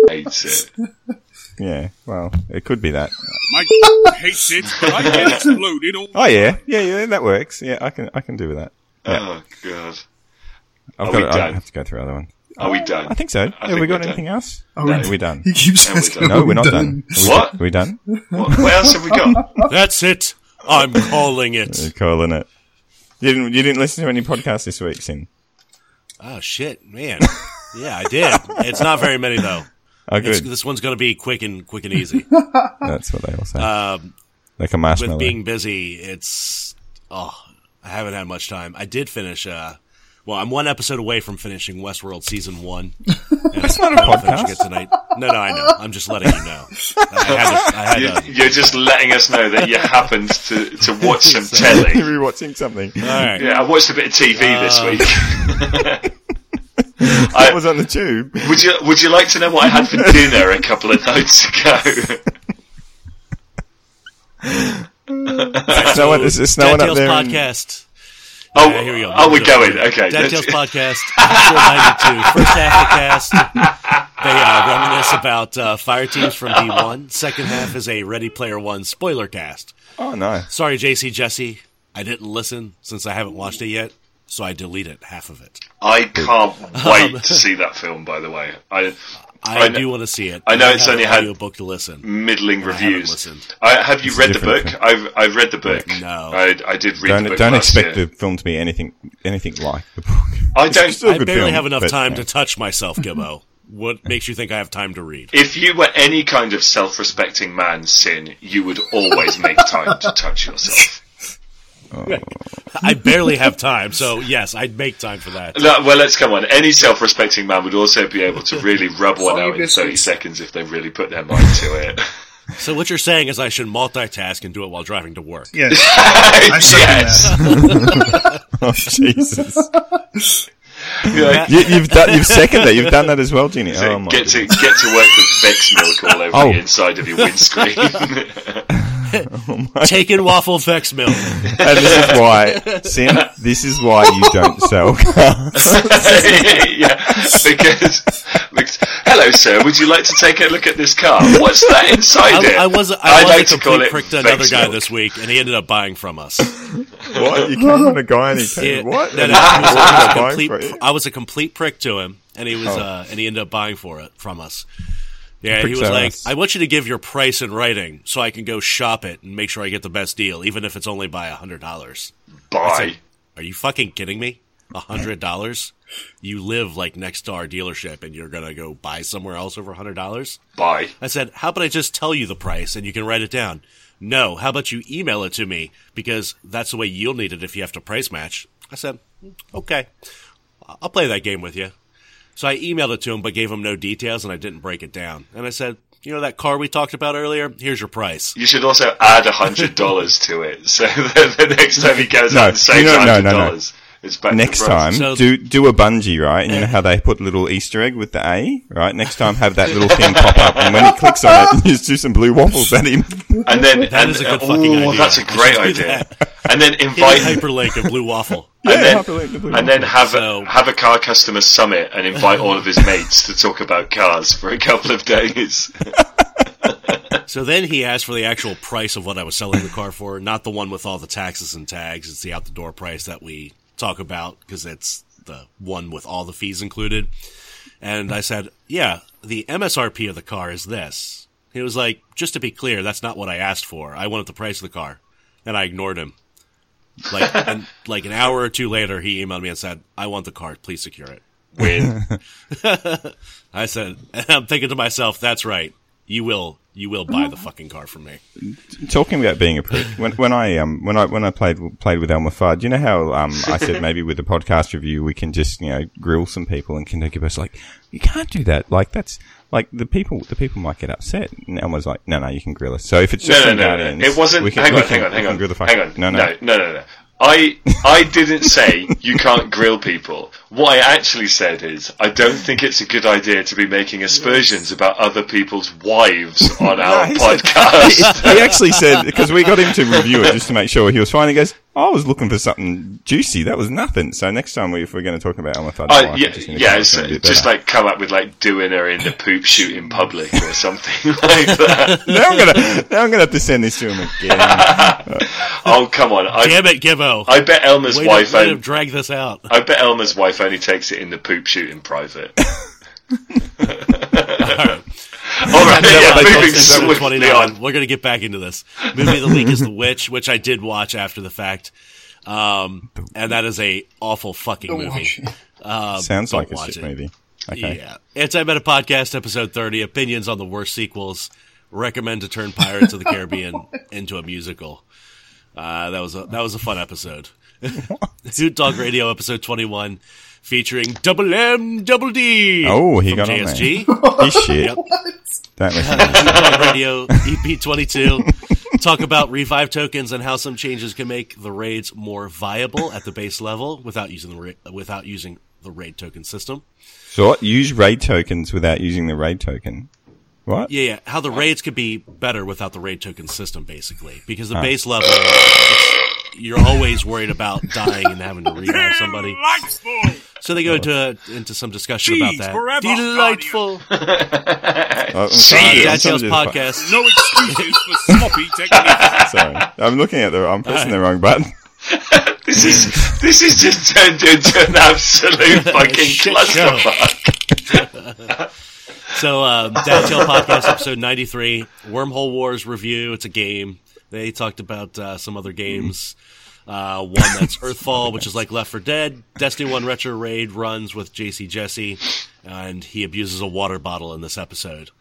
[SPEAKER 4] hates it.
[SPEAKER 2] Yeah, well, it could be that.
[SPEAKER 6] My hates it, but I get exploded all the
[SPEAKER 2] Oh yeah, yeah, yeah, that works. Yeah, I can, I can do with that.
[SPEAKER 4] Oh god,
[SPEAKER 2] I've
[SPEAKER 4] Are
[SPEAKER 2] got
[SPEAKER 4] we
[SPEAKER 2] it. I
[SPEAKER 4] done?
[SPEAKER 2] have to go through other ones.
[SPEAKER 4] are we done?
[SPEAKER 2] I think so. have
[SPEAKER 4] think
[SPEAKER 2] we got
[SPEAKER 4] we're
[SPEAKER 2] anything
[SPEAKER 4] done.
[SPEAKER 2] else?
[SPEAKER 5] Are we-
[SPEAKER 2] Are we done?
[SPEAKER 5] Oh, He keeps
[SPEAKER 4] And we're
[SPEAKER 5] asking.
[SPEAKER 4] done.
[SPEAKER 2] No,
[SPEAKER 5] are we
[SPEAKER 2] we're not done. Are we-
[SPEAKER 4] What?
[SPEAKER 2] Are we done?
[SPEAKER 4] What, what else have we got?
[SPEAKER 3] That's it. I'm calling it.
[SPEAKER 2] We're calling it. You didn't, you didn't listen to any podcasts this week, Sin.
[SPEAKER 3] Oh, shit, man. Yeah, I did. It's not very many, though.
[SPEAKER 2] Oh,
[SPEAKER 3] It's,
[SPEAKER 2] good.
[SPEAKER 3] this one's going to be quick and quick and easy.
[SPEAKER 2] That's what they all say.
[SPEAKER 3] Um,
[SPEAKER 2] like a
[SPEAKER 3] with
[SPEAKER 2] marshmallow.
[SPEAKER 3] being busy, it's oh, I haven't had much time. I did finish. Uh, well, I'm one episode away from finishing Westworld season one. That's
[SPEAKER 2] not a podcast.
[SPEAKER 3] tonight. No, no, I know. I'm just letting you know. I had a, I had
[SPEAKER 4] You're,
[SPEAKER 3] a,
[SPEAKER 4] you're just letting us know that you happened to, to watch some telly.
[SPEAKER 2] You're watching something.
[SPEAKER 3] all right.
[SPEAKER 4] Yeah, I watched a bit of TV this
[SPEAKER 3] Uh,
[SPEAKER 4] week.
[SPEAKER 2] That was on the tube.
[SPEAKER 4] Would you Would you like to know what I had for dinner a couple of nights ago?
[SPEAKER 2] No one, there's, there's no one up
[SPEAKER 3] DuckTales
[SPEAKER 2] there. in-
[SPEAKER 3] podcast.
[SPEAKER 4] Oh,
[SPEAKER 3] Yeah, here we go.
[SPEAKER 4] Oh, we're
[SPEAKER 3] Here we
[SPEAKER 4] going.
[SPEAKER 3] go.
[SPEAKER 4] Okay.
[SPEAKER 3] DuckTales podcast, episode 92, first half of the cast. They uh, reminisce about uh, fire teams from D1. Second half is a Ready Player One spoiler cast.
[SPEAKER 2] Oh no.
[SPEAKER 3] Sorry, JC Jesse. I didn't listen since I haven't watched it yet, so I deleted half of it.
[SPEAKER 4] I can't wait to see that film. By the way, I I
[SPEAKER 3] I,
[SPEAKER 4] know-
[SPEAKER 3] do want to see it.
[SPEAKER 4] I know
[SPEAKER 3] I
[SPEAKER 4] it's
[SPEAKER 3] have
[SPEAKER 4] only
[SPEAKER 3] an
[SPEAKER 4] had-
[SPEAKER 3] audiobook to
[SPEAKER 4] Mm.
[SPEAKER 3] listen.
[SPEAKER 4] middling
[SPEAKER 3] I haven't
[SPEAKER 4] reviews.
[SPEAKER 3] listened.
[SPEAKER 4] I, have you
[SPEAKER 2] It's a
[SPEAKER 4] read the
[SPEAKER 2] different
[SPEAKER 4] book?
[SPEAKER 2] thing.
[SPEAKER 4] I've I've read the book.
[SPEAKER 3] No.
[SPEAKER 4] I, I did read the
[SPEAKER 2] Don't
[SPEAKER 4] book.
[SPEAKER 2] don't
[SPEAKER 4] last
[SPEAKER 2] expect
[SPEAKER 4] year.
[SPEAKER 2] the film to be anything anything like the book.
[SPEAKER 4] I don't.
[SPEAKER 2] still
[SPEAKER 3] I
[SPEAKER 2] good
[SPEAKER 3] barely
[SPEAKER 2] film,
[SPEAKER 3] have enough
[SPEAKER 2] but,
[SPEAKER 3] time
[SPEAKER 2] yeah.
[SPEAKER 3] to touch myself, Gibbo. What makes you think I have time to read?
[SPEAKER 4] If you were any kind of self-respecting man, Sin, you would always make time to touch yourself.
[SPEAKER 3] I barely have time, so yes, I'd make time for that.
[SPEAKER 4] No, well, let's come on. Any self-respecting man would also be able to really rub one
[SPEAKER 5] Sorry,
[SPEAKER 4] out in
[SPEAKER 5] Missy.
[SPEAKER 4] thirty seconds if they really put their mind to it.
[SPEAKER 3] So what you're saying is I should multitask and do it while driving to work.
[SPEAKER 5] Yes.
[SPEAKER 4] yes,
[SPEAKER 2] Oh Jesus!
[SPEAKER 4] Yeah.
[SPEAKER 2] you, you've done, you've seconded that. You've done that as well, Ginny. Oh my.
[SPEAKER 4] get to
[SPEAKER 2] goodness.
[SPEAKER 4] get to work with Vex milk all over
[SPEAKER 2] Oh.
[SPEAKER 4] the inside of your windscreen.
[SPEAKER 3] Taken waffle vex milk.
[SPEAKER 2] And this is why, Sim. This is why you don't sell.
[SPEAKER 4] yeah, because, because- hello, sir. Would you like to take a look at this car? What's that inside
[SPEAKER 3] I,
[SPEAKER 4] it?
[SPEAKER 3] I was I,
[SPEAKER 4] I'd
[SPEAKER 3] was
[SPEAKER 4] like
[SPEAKER 3] a
[SPEAKER 4] to call
[SPEAKER 3] complete
[SPEAKER 4] it
[SPEAKER 3] prick to another
[SPEAKER 4] Vex
[SPEAKER 3] guy
[SPEAKER 4] milk.
[SPEAKER 3] this week, and he ended up buying from us.
[SPEAKER 2] What? You came on a guy and he
[SPEAKER 3] Yeah,
[SPEAKER 2] came, what?
[SPEAKER 3] no,
[SPEAKER 2] And
[SPEAKER 3] no,
[SPEAKER 2] he
[SPEAKER 3] I, was, I was a
[SPEAKER 2] bought
[SPEAKER 3] complete,
[SPEAKER 2] for it.
[SPEAKER 3] I was a complete prick to him, and he was uh, and he ended up buying for it from us. Yeah, he
[SPEAKER 2] Pricks
[SPEAKER 3] was
[SPEAKER 2] our
[SPEAKER 3] like,
[SPEAKER 2] ass.
[SPEAKER 3] "I want you to give your price in writing, so I can go shop it and make sure I get the best deal, even if it's only by a hundred dollars."
[SPEAKER 4] Bye.
[SPEAKER 3] Are you fucking kidding me? A hundred dollars? You live like next to our dealership, and you're gonna go buy somewhere else over a hundred dollars?
[SPEAKER 4] Bye.
[SPEAKER 3] I said, how about I just tell you the price and you can write it down? No, how about you email it to me because that's the way you'll need it if you have to price match. I said, "Mm, okay, I'll play that game with you. So I emailed it to him, but gave him no details and I didn't break it down. And I said, you know that car we talked about earlier? Here's your price.
[SPEAKER 4] You should also add a hundred dollars to it, so that the next time he goes
[SPEAKER 2] No,
[SPEAKER 4] out and saves
[SPEAKER 2] you know- no,
[SPEAKER 4] hundred
[SPEAKER 2] no, no.
[SPEAKER 4] dollars, it's back. to
[SPEAKER 2] Next
[SPEAKER 4] price.
[SPEAKER 2] time,
[SPEAKER 3] So-
[SPEAKER 2] do do a bungee right, and you know how they put little Easter egg with the A, right? Next time, have that little thing pop up, and when he clicks on it, you just do some blue waffles at him.
[SPEAKER 4] and then that
[SPEAKER 3] That
[SPEAKER 4] and,
[SPEAKER 3] is a good
[SPEAKER 4] uh,
[SPEAKER 3] fucking
[SPEAKER 4] ooh,
[SPEAKER 3] idea.
[SPEAKER 4] That's a
[SPEAKER 3] I should
[SPEAKER 4] great
[SPEAKER 3] do
[SPEAKER 4] idea.
[SPEAKER 3] that.
[SPEAKER 4] And then
[SPEAKER 3] Hit a
[SPEAKER 4] invite
[SPEAKER 3] hyperlink of blue waffle.
[SPEAKER 4] and then,
[SPEAKER 2] hyperlink the blue
[SPEAKER 4] and then have
[SPEAKER 3] So-
[SPEAKER 4] a, have a car customer summit and invite all of his mates to talk about cars for a couple of days.
[SPEAKER 3] So then he asked for the actual price of what I was selling the car for, not the one with all the taxes and tags. It's the out the door price that we talk about because it's the one with all the fees included. And I said, yeah, the MSRP of the car is this. He was like, just to be clear, that's not what I asked for. I wanted the price of the car. And I ignored him. Like, and, like an hour or two later, he emailed me and said, I want the car. Please secure it.
[SPEAKER 4] Win.
[SPEAKER 3] I said, and I'm thinking to myself, that's right. You will, you will buy the fucking car from me.
[SPEAKER 2] Talking about being a prick, when, when I um when I when I played played with Elmer Fudd, you know how um I said maybe with the podcast review we can just you know grill some people and Kentucky was like you can't do that like that's like the people the people might get upset and Elmer's like no no you can grill us so if it's just
[SPEAKER 4] no,
[SPEAKER 2] some
[SPEAKER 4] no, no,
[SPEAKER 2] Guardians,
[SPEAKER 4] no. It wasn't.
[SPEAKER 2] we can-
[SPEAKER 4] hang
[SPEAKER 2] we
[SPEAKER 4] on,
[SPEAKER 2] can-
[SPEAKER 4] hang on,
[SPEAKER 2] we
[SPEAKER 4] hang
[SPEAKER 2] can
[SPEAKER 4] on,
[SPEAKER 2] grill the fuck-
[SPEAKER 4] hang on.
[SPEAKER 2] no no
[SPEAKER 4] no, no, no. no. I I didn't say you can't grill people. What I actually said is I don't think it's a good idea to be making aspersions about other people's wives on our
[SPEAKER 2] he said-
[SPEAKER 4] podcast.
[SPEAKER 2] he actually said because we got him to review it just to make sure he was fine. He goes, "I was looking for something juicy. That was nothing." So next time, we, if we're going to talk about Elmer Fudd's
[SPEAKER 4] Uh,
[SPEAKER 2] wife, we
[SPEAKER 4] yeah,
[SPEAKER 2] just need to
[SPEAKER 4] yeah
[SPEAKER 2] come up
[SPEAKER 4] it's,
[SPEAKER 2] with something a bit
[SPEAKER 4] just
[SPEAKER 2] better.
[SPEAKER 4] like come up with like doing her in the poop shoot in public or something like that.
[SPEAKER 2] now I'm gonna now I'm gonna have to send this to him again.
[SPEAKER 4] Oh come on! I,
[SPEAKER 3] Damn it, Gibbo.
[SPEAKER 4] I bet Elmer's
[SPEAKER 3] Way
[SPEAKER 4] wife.
[SPEAKER 3] to, way to
[SPEAKER 4] On,
[SPEAKER 3] drag this out.
[SPEAKER 4] I bet Elmer's wife only takes it in the poop shoot in private. All right,
[SPEAKER 3] Yeah,
[SPEAKER 4] yeah,
[SPEAKER 3] like,
[SPEAKER 4] moving
[SPEAKER 3] since I'm
[SPEAKER 4] swiftly
[SPEAKER 3] 29,
[SPEAKER 4] on.
[SPEAKER 3] We're going to get back into this. Movie The Leak is The Witch, which I did watch after the fact. Um, and that is a awful fucking
[SPEAKER 5] Don't
[SPEAKER 3] movie.
[SPEAKER 5] watch it.
[SPEAKER 2] Sounds
[SPEAKER 3] Uh, don't
[SPEAKER 2] like a
[SPEAKER 3] watch
[SPEAKER 2] shit
[SPEAKER 3] it.
[SPEAKER 2] movie. Okay.
[SPEAKER 3] Yeah. It's I Met a Podcast, episode 30, opinions on the worst sequels. Recommend to turn Pirates of the Caribbean into a musical. Uh, that was a, that was a fun episode. Dude Dog Radio, episode 21, featuring Double M, Double D.
[SPEAKER 2] Oh, he
[SPEAKER 3] from
[SPEAKER 2] got on there.
[SPEAKER 3] JSG.
[SPEAKER 2] This shit. Don't listen. to him.
[SPEAKER 3] Dog Radio EP22. Talk about revive tokens and how some changes can make the raids more viable at the base level without using the ra- without using the raid token system.
[SPEAKER 2] So what? Use raid tokens without using the raid token. What?
[SPEAKER 3] Yeah, yeah. How the raids could be better without the raid token system, basically, because the base level, it's- you're always worried about dying and having to revive somebody.
[SPEAKER 6] Delightful!
[SPEAKER 3] So they go into into some discussion about
[SPEAKER 6] Jeez,
[SPEAKER 3] that.
[SPEAKER 6] forever,
[SPEAKER 3] Delightful.
[SPEAKER 2] Oh, I'm
[SPEAKER 4] Jeez.
[SPEAKER 2] sorry.
[SPEAKER 3] Dad
[SPEAKER 2] I'm trying
[SPEAKER 3] Tales
[SPEAKER 2] to do the
[SPEAKER 3] podcast.
[SPEAKER 6] No excuses for sloppy technique.
[SPEAKER 2] fu- Sorry, I'm looking at the. I'm pressing the wrong button.
[SPEAKER 4] This is this is just turned into an absolute fucking
[SPEAKER 3] Shit show. So
[SPEAKER 4] clusterfuck.
[SPEAKER 3] So, um, Dad Tale Podcast, episode 93, Wormhole Wars review. It's a game. They talked about uh, some other games. Uh, one that's Earthfall, which is like Left for Dead. Destiny 1 Retro Raid runs with JC Jesse, and he abuses a water bottle in this episode.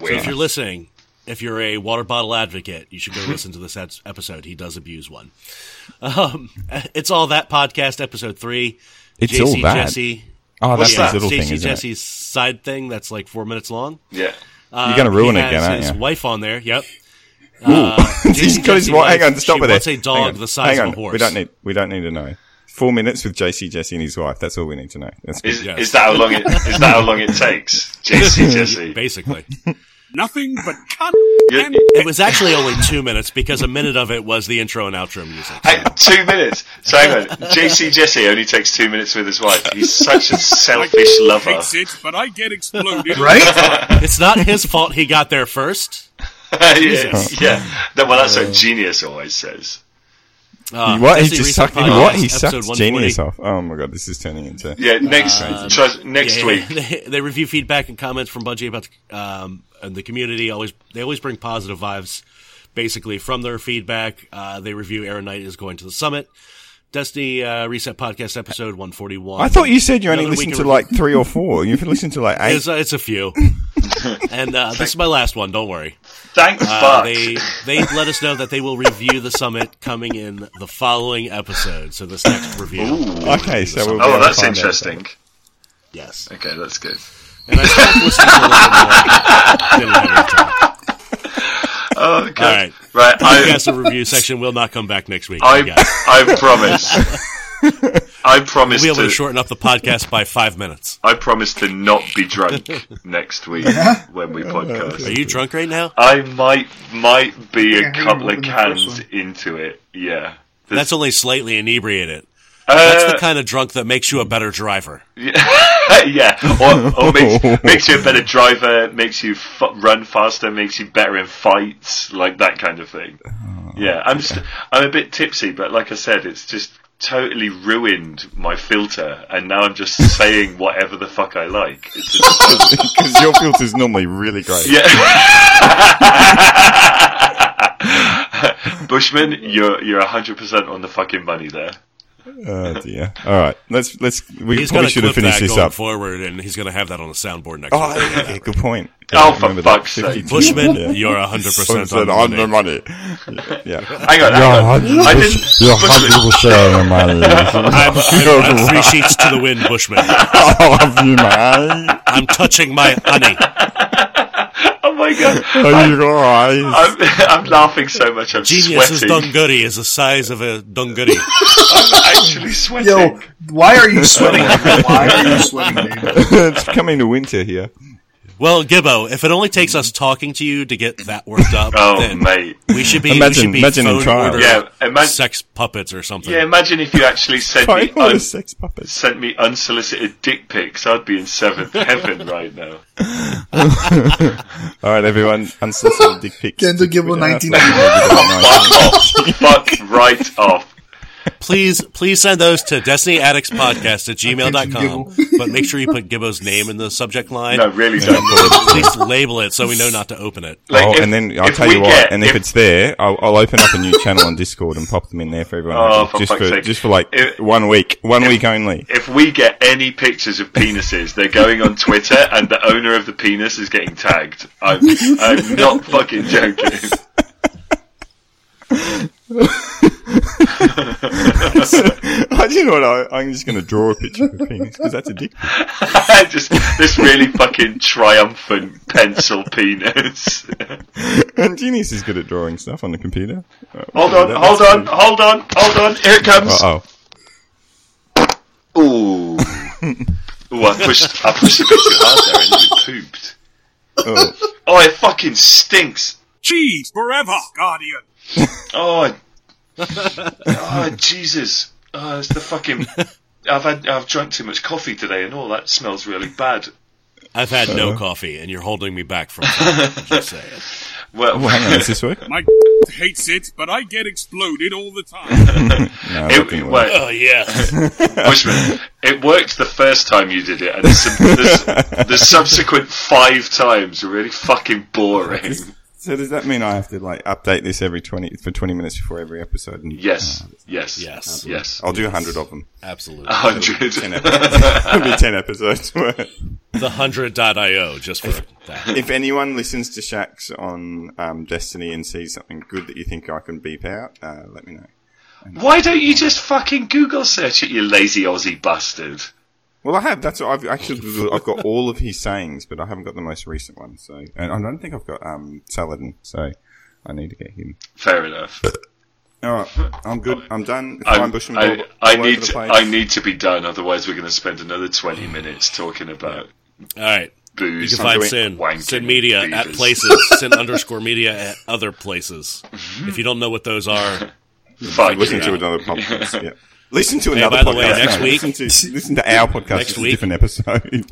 [SPEAKER 3] So if you're listening, if you're a water bottle advocate, you should go
[SPEAKER 2] Mm-hmm.
[SPEAKER 3] listen to this ep- episode. He does abuse one. Um, it's all that podcast episode three.
[SPEAKER 2] It's
[SPEAKER 3] JC
[SPEAKER 2] all that?
[SPEAKER 3] Jesse.
[SPEAKER 2] Oh, that's
[SPEAKER 3] yeah,
[SPEAKER 2] his little thing,
[SPEAKER 3] JC
[SPEAKER 2] isn't it?
[SPEAKER 3] Jesse's side thing that's like four minutes long.
[SPEAKER 4] Yeah.
[SPEAKER 2] You're gonna
[SPEAKER 3] Uh,
[SPEAKER 2] ruin
[SPEAKER 3] he
[SPEAKER 2] it again,
[SPEAKER 3] has
[SPEAKER 2] aren't
[SPEAKER 3] his
[SPEAKER 2] you?
[SPEAKER 3] wife on there. Yep. Uh,
[SPEAKER 2] He's got
[SPEAKER 3] JC
[SPEAKER 2] his
[SPEAKER 3] Jesse
[SPEAKER 2] wife.
[SPEAKER 3] was-
[SPEAKER 2] Hang on, stop
[SPEAKER 3] she
[SPEAKER 2] with
[SPEAKER 3] wants
[SPEAKER 2] it.
[SPEAKER 3] a dog
[SPEAKER 2] Hang on,
[SPEAKER 3] the size
[SPEAKER 2] hang
[SPEAKER 3] of
[SPEAKER 2] on.
[SPEAKER 3] a horse.
[SPEAKER 2] We don't need. We don't need to know. Four minutes with JC Jesse and his wife. That's all we need to know. That's
[SPEAKER 4] Is,
[SPEAKER 3] Yes.
[SPEAKER 4] is that how long it is that how long it takes? JC Jesse.
[SPEAKER 3] Basically,
[SPEAKER 6] Nothing but cunt and
[SPEAKER 4] You-
[SPEAKER 6] piss.
[SPEAKER 3] it was actually only two minutes because a minute of it was the intro and outro music.
[SPEAKER 4] Hey, two minutes. So hang on. JC Jesse only takes two minutes with his wife. He's such a selfish lover.
[SPEAKER 6] Takes it, but I get exploded.
[SPEAKER 5] Right?
[SPEAKER 3] It's not his fault he got there first.
[SPEAKER 4] yeah, yeah. That- well, that's what genius always says.
[SPEAKER 3] Uh,
[SPEAKER 2] what? He
[SPEAKER 3] Jesse
[SPEAKER 2] just
[SPEAKER 3] Recent
[SPEAKER 2] sucked. What? He
[SPEAKER 3] Podcast, episode
[SPEAKER 2] sucked
[SPEAKER 3] 140.
[SPEAKER 2] genius off. Oh my god, this is turning into.
[SPEAKER 4] Yeah, next trust, next
[SPEAKER 3] Um, Yeah,
[SPEAKER 4] week.
[SPEAKER 3] They, they review feedback and comments from Budgie about the, um, and the community. Always, they always bring positive vibes. Basically, from their feedback, uh, they review Aaron Knight is going to the summit. Destiny uh, Reset Podcast episode one forty one.
[SPEAKER 2] I thought you said you only
[SPEAKER 3] Another
[SPEAKER 2] listened
[SPEAKER 3] week
[SPEAKER 2] to
[SPEAKER 3] in
[SPEAKER 2] like three or four. You've listened to like eight.
[SPEAKER 3] it's, uh, it's a few, and uh, this is my last one. Don't worry.
[SPEAKER 4] Thank
[SPEAKER 3] Uh,
[SPEAKER 4] fuck.
[SPEAKER 3] they they let us know that they will review the summit coming in the following episode. So this next review.
[SPEAKER 4] Ooh.
[SPEAKER 2] Okay, so we'll be
[SPEAKER 4] Oh,
[SPEAKER 2] able to
[SPEAKER 4] that's
[SPEAKER 2] find out.
[SPEAKER 4] interesting.
[SPEAKER 3] Yes.
[SPEAKER 4] Okay, that's good.
[SPEAKER 3] And I stopped listening to a little more. Didn't have any time.
[SPEAKER 4] Oh, okay.
[SPEAKER 3] All right.
[SPEAKER 4] Right, I,
[SPEAKER 3] podcast and review section will not come back next week.
[SPEAKER 4] I,
[SPEAKER 3] guys.
[SPEAKER 4] I promise. I promise
[SPEAKER 3] We'll be able to
[SPEAKER 4] to.
[SPEAKER 3] shorten up the podcast by five minutes.
[SPEAKER 4] I promise to not be drunk next week
[SPEAKER 5] Uh-huh.
[SPEAKER 4] when
[SPEAKER 5] Uh,
[SPEAKER 4] we
[SPEAKER 3] Are
[SPEAKER 4] podcast.
[SPEAKER 3] you drunk right now?
[SPEAKER 4] I might might be a
[SPEAKER 5] Yeah,
[SPEAKER 4] couple of
[SPEAKER 5] open the first
[SPEAKER 4] cans
[SPEAKER 5] one.
[SPEAKER 4] into it. Yeah.
[SPEAKER 3] That's only slightly inebriated.
[SPEAKER 4] Uh,
[SPEAKER 3] That's the kind of drunk that makes you a better driver.
[SPEAKER 4] yeah, or, or makes, makes you a better driver, makes you f- run faster, makes you better in fights, like that kind of thing. Yeah, I'm st- I'm a bit tipsy, but like I said, it's just totally ruined my filter, and now I'm just saying whatever the fuck I like. It's just,
[SPEAKER 2] because your filter's normally really great.
[SPEAKER 4] yeah. Bushman, you're you're hundred percent on the fucking money there.
[SPEAKER 2] Oh dear. All right, let's let's. We
[SPEAKER 3] He's going
[SPEAKER 2] probably
[SPEAKER 3] to
[SPEAKER 2] should have
[SPEAKER 3] clip
[SPEAKER 2] finished
[SPEAKER 3] that
[SPEAKER 2] this
[SPEAKER 3] going
[SPEAKER 2] up.
[SPEAKER 3] forward, and he's going to have that on the soundboard next
[SPEAKER 2] Oh,
[SPEAKER 3] week.
[SPEAKER 2] yeah, yeah, good point.
[SPEAKER 4] Oh,
[SPEAKER 2] Yeah,
[SPEAKER 4] for
[SPEAKER 2] remember that.
[SPEAKER 4] fuck's sake.
[SPEAKER 2] 52.
[SPEAKER 3] Bushman,
[SPEAKER 2] Yeah.
[SPEAKER 3] you're 100% on the
[SPEAKER 2] on the
[SPEAKER 3] money.
[SPEAKER 2] money. Yeah.
[SPEAKER 4] Hang on, hang on. I didn't. Bushman,
[SPEAKER 2] percent on the money.
[SPEAKER 3] I'm, I'm three sheets to the wind, Bushman.
[SPEAKER 2] I love you, mate.
[SPEAKER 3] I'm touching my honey.
[SPEAKER 4] oh my god.
[SPEAKER 2] Are you alright?
[SPEAKER 4] I'm, I'm laughing so much. I'm
[SPEAKER 3] Genius's
[SPEAKER 4] sweating.
[SPEAKER 3] dunguri is the size of a dunguri.
[SPEAKER 4] I'm actually sweating.
[SPEAKER 5] Yo, why are you sweating? Why are you sweating, dude?
[SPEAKER 2] it's coming to winter here.
[SPEAKER 3] Well, Gibbo, if it only takes us talking to you to get that worked up,
[SPEAKER 4] oh,
[SPEAKER 3] then
[SPEAKER 4] mate.
[SPEAKER 3] we should be we
[SPEAKER 2] Imagine-
[SPEAKER 3] should be
[SPEAKER 2] imagine in
[SPEAKER 3] phone
[SPEAKER 2] trial.
[SPEAKER 3] order
[SPEAKER 4] Yeah, imagine.
[SPEAKER 3] sex puppets or something.
[SPEAKER 4] Yeah, imagine if you actually sent
[SPEAKER 2] Sorry,
[SPEAKER 4] me
[SPEAKER 2] what
[SPEAKER 4] un-
[SPEAKER 2] is sex puppets?
[SPEAKER 4] sent me unsolicited dick pics. I'd be in seventh heaven right now.
[SPEAKER 2] Alright, everyone, unsolicited dick pics.
[SPEAKER 5] Kendall Gibble,
[SPEAKER 2] We don't have
[SPEAKER 5] 1990.
[SPEAKER 4] Fuck right off.
[SPEAKER 3] Please, please send those to destinyaddicsPodcast at gmail.com. But make sure you put Gibbo's name in the subject line.
[SPEAKER 4] No, really don't.
[SPEAKER 3] At least label it so we know not to open it.
[SPEAKER 4] Like,
[SPEAKER 2] oh,
[SPEAKER 4] if-
[SPEAKER 2] and then I'll
[SPEAKER 4] if
[SPEAKER 2] tell
[SPEAKER 4] we
[SPEAKER 2] you what,
[SPEAKER 4] get-
[SPEAKER 2] and if,
[SPEAKER 4] if-
[SPEAKER 2] it's there, I'll, I'll open up a new channel on Discord and pop them in there for everyone.
[SPEAKER 4] Oh,
[SPEAKER 2] to-
[SPEAKER 4] for
[SPEAKER 2] just
[SPEAKER 4] fuck's
[SPEAKER 2] for
[SPEAKER 4] sake.
[SPEAKER 2] just for like
[SPEAKER 4] If-
[SPEAKER 2] one week, one week only.
[SPEAKER 4] if we get any pictures of penises, they're going on Twitter, and the owner of the penis is getting tagged. I'm, I'm not fucking joking.
[SPEAKER 2] I do you know what? I, I'm just going to draw a picture of a penis because that's a dick. pic.
[SPEAKER 4] Just this really fucking triumphant pencil penis.
[SPEAKER 2] And Genius is good at drawing stuff on the computer. Uh,
[SPEAKER 4] Hold on,
[SPEAKER 2] that-
[SPEAKER 4] hold
[SPEAKER 2] that's
[SPEAKER 4] on, hold on, hold on. Here it comes.
[SPEAKER 2] Uh oh.
[SPEAKER 4] Ooh. Ooh, I pushed, I pushed a bit too hard there and it pooped.
[SPEAKER 2] Oh.
[SPEAKER 4] Oh, it fucking stinks.
[SPEAKER 6] Cheese forever, Guardian.
[SPEAKER 4] Oh, I- oh Jesus. Oh, it's the fucking. I've had, I've drunk too much coffee today and all that smells really bad.
[SPEAKER 3] I've had no coffee, and you're holding me back from that. Just saying.
[SPEAKER 4] Well,
[SPEAKER 2] Well, hang on, is this work?
[SPEAKER 6] My hates it, but I get exploded all the time.
[SPEAKER 2] No, that
[SPEAKER 4] it,
[SPEAKER 2] didn't work.
[SPEAKER 4] well,
[SPEAKER 3] Oh, yeah.
[SPEAKER 4] Bushman, It worked the first time you did it, and the, sub- the, the subsequent five times were really fucking boring.
[SPEAKER 2] So does that mean I have to like update this every twenty for twenty minutes before every episode? And
[SPEAKER 4] Yes, Uh, yes,
[SPEAKER 3] Yes.
[SPEAKER 4] yes.
[SPEAKER 2] I'll do a hundred of them.
[SPEAKER 3] Absolutely.
[SPEAKER 4] A
[SPEAKER 2] Ten
[SPEAKER 4] hundred.
[SPEAKER 2] episodes. It'll be ten episodes. worth.
[SPEAKER 3] the 100.io, just for that.
[SPEAKER 2] if anyone listens to Shax on um, Destiny and sees something good that you think I can beep out, uh, let me know.
[SPEAKER 4] Why don't you just fucking Google search it, you lazy Aussie bastard?
[SPEAKER 2] Well, I have. That's what I've actually. I've got all of his sayings, but I haven't got the most recent one. So, and I don't think I've got um, Saladin. So, I need to get him.
[SPEAKER 4] Fair enough.
[SPEAKER 2] All right, I'm good. I'm done. It's fine,
[SPEAKER 4] I'm-
[SPEAKER 2] Bushman.
[SPEAKER 4] I,
[SPEAKER 2] Bob,
[SPEAKER 4] I
[SPEAKER 2] all over
[SPEAKER 4] need
[SPEAKER 2] the
[SPEAKER 4] to,
[SPEAKER 2] place.
[SPEAKER 4] I need to be done, otherwise we're going to spend another twenty minutes talking about
[SPEAKER 3] All right. You
[SPEAKER 4] booze.
[SPEAKER 3] can find
[SPEAKER 2] doing
[SPEAKER 3] Sin,
[SPEAKER 4] wanking
[SPEAKER 3] Sin Media
[SPEAKER 4] beavers.
[SPEAKER 3] at places, Sin underscore media at other places. If you don't know what those are,
[SPEAKER 4] Fuck
[SPEAKER 2] listen
[SPEAKER 4] you.
[SPEAKER 2] to another podcast. yeah. Listen to another
[SPEAKER 3] by the
[SPEAKER 2] podcast.
[SPEAKER 3] way, next
[SPEAKER 2] No,
[SPEAKER 3] week-
[SPEAKER 2] Listen to, listen to our podcast.
[SPEAKER 3] Next
[SPEAKER 2] Next
[SPEAKER 3] week-
[SPEAKER 2] week. different episode.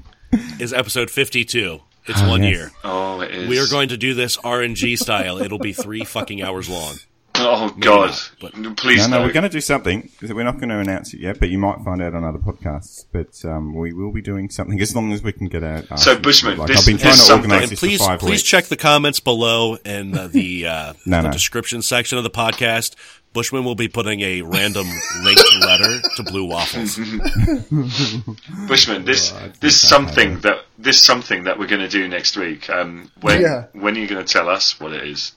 [SPEAKER 3] is episode 52. It's one
[SPEAKER 2] yes.
[SPEAKER 3] year.
[SPEAKER 4] Oh, it is.
[SPEAKER 3] We are going to do this RNG style. It'll be three fucking hours long.
[SPEAKER 4] Oh God!
[SPEAKER 3] not,
[SPEAKER 4] Please
[SPEAKER 2] No,
[SPEAKER 4] no.
[SPEAKER 2] no, we're going to do something. We're not going to announce it yet, but you might find out on other podcasts. But um, we will be doing something as long as we can get out. uh,
[SPEAKER 4] So, Bushman,
[SPEAKER 2] like,
[SPEAKER 4] this
[SPEAKER 2] I've been
[SPEAKER 4] is
[SPEAKER 2] trying to
[SPEAKER 4] something-
[SPEAKER 2] organise
[SPEAKER 4] And
[SPEAKER 2] this
[SPEAKER 3] please,
[SPEAKER 2] for five
[SPEAKER 3] please
[SPEAKER 2] weeks.
[SPEAKER 3] check the comments below in uh, the, uh,
[SPEAKER 2] No,
[SPEAKER 3] the
[SPEAKER 2] no.
[SPEAKER 3] description section of the podcast. Bushman will be putting a random linked letter to Blue Waffles.
[SPEAKER 4] Bushman, this this something that this something that we're going to do next week. Um, when
[SPEAKER 5] Yeah.
[SPEAKER 4] when are you going to tell us what it is?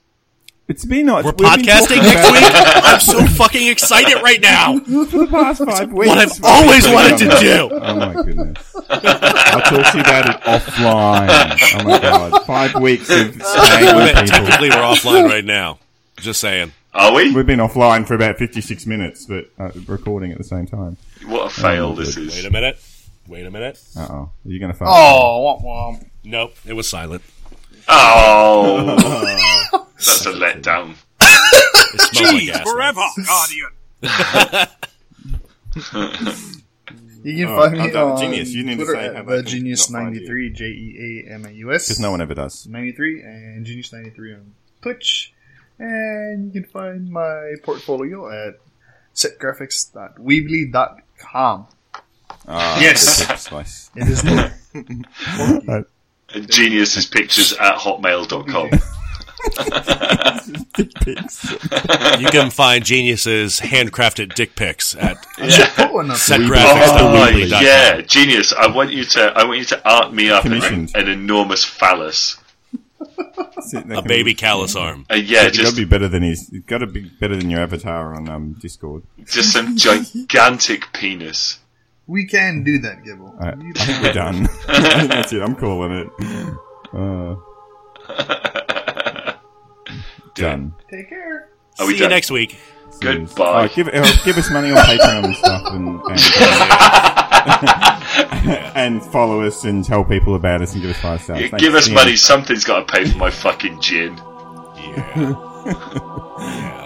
[SPEAKER 2] It's been nice.
[SPEAKER 3] We're
[SPEAKER 2] We've been
[SPEAKER 3] podcasting
[SPEAKER 2] talking
[SPEAKER 3] next
[SPEAKER 2] about
[SPEAKER 3] week. I'm so fucking excited right now.
[SPEAKER 2] it for the past five weeks.
[SPEAKER 3] What I've always wanted to do.
[SPEAKER 2] Oh my goodness! I'll talk to you about it offline. Oh my god! Five weeks of
[SPEAKER 3] Wait,
[SPEAKER 2] staying with people.
[SPEAKER 3] Technically, we're offline right now. Just saying.
[SPEAKER 4] Are we?
[SPEAKER 2] We've been offline for about fifty-six minutes, but uh, recording at the same time.
[SPEAKER 4] What a fail this
[SPEAKER 3] Wait
[SPEAKER 4] is.
[SPEAKER 3] a minute. Wait a minute.
[SPEAKER 2] Uh oh. Are you going to find?
[SPEAKER 5] Oh, womp womp.
[SPEAKER 3] Nope, it was silent.
[SPEAKER 4] Oh, that's a letdown.
[SPEAKER 3] It smells like gas.
[SPEAKER 6] Forever, Guardian.
[SPEAKER 5] You can
[SPEAKER 2] Oh,
[SPEAKER 5] find me
[SPEAKER 2] I've done
[SPEAKER 5] on
[SPEAKER 2] it. Genius. You need to
[SPEAKER 5] Twitter
[SPEAKER 2] say how
[SPEAKER 5] at
[SPEAKER 2] they
[SPEAKER 5] the
[SPEAKER 2] can
[SPEAKER 5] Genius
[SPEAKER 2] not find
[SPEAKER 5] ninety
[SPEAKER 2] you.
[SPEAKER 5] three J E A M A U S.
[SPEAKER 2] Because no one ever does.
[SPEAKER 5] 93 and Genius 93 on Twitch. And you can find my portfolio at setgraphics.weebly.com.
[SPEAKER 2] Ah,
[SPEAKER 5] Yes.
[SPEAKER 2] good tips, nice.
[SPEAKER 5] It is there.
[SPEAKER 4] Genius is pictures at hotmail.com.
[SPEAKER 3] You can find Genius's handcrafted dick pics at
[SPEAKER 5] Put one up.
[SPEAKER 4] Oh,
[SPEAKER 3] setgraphics.weebly.com.
[SPEAKER 4] yeah, genius! I want you to I want you to art me up an,
[SPEAKER 2] Commissioned.
[SPEAKER 4] an enormous phallus.
[SPEAKER 3] A baby callus arm.
[SPEAKER 4] Uh, yeah,
[SPEAKER 2] You got to
[SPEAKER 4] just
[SPEAKER 2] be better than his. You got to be better than your avatar on um, Discord.
[SPEAKER 4] just some gigantic penis.
[SPEAKER 5] We can do that, Gibble.
[SPEAKER 2] All right, I think we're done. I think That's it. I'm calling it. Uh, done.
[SPEAKER 5] Take care.
[SPEAKER 4] Are we
[SPEAKER 3] See you
[SPEAKER 4] done?
[SPEAKER 3] next week.
[SPEAKER 4] Goodbye.
[SPEAKER 2] Oh, give, oh, give us money on Patreon and stuff, and and, uh, and follow us and tell people about us and give us five stars.
[SPEAKER 4] Yeah,
[SPEAKER 2] Thanks.
[SPEAKER 4] give us
[SPEAKER 2] Yeah.
[SPEAKER 4] money. Something's got to pay for my fucking gin.
[SPEAKER 3] Yeah. yeah.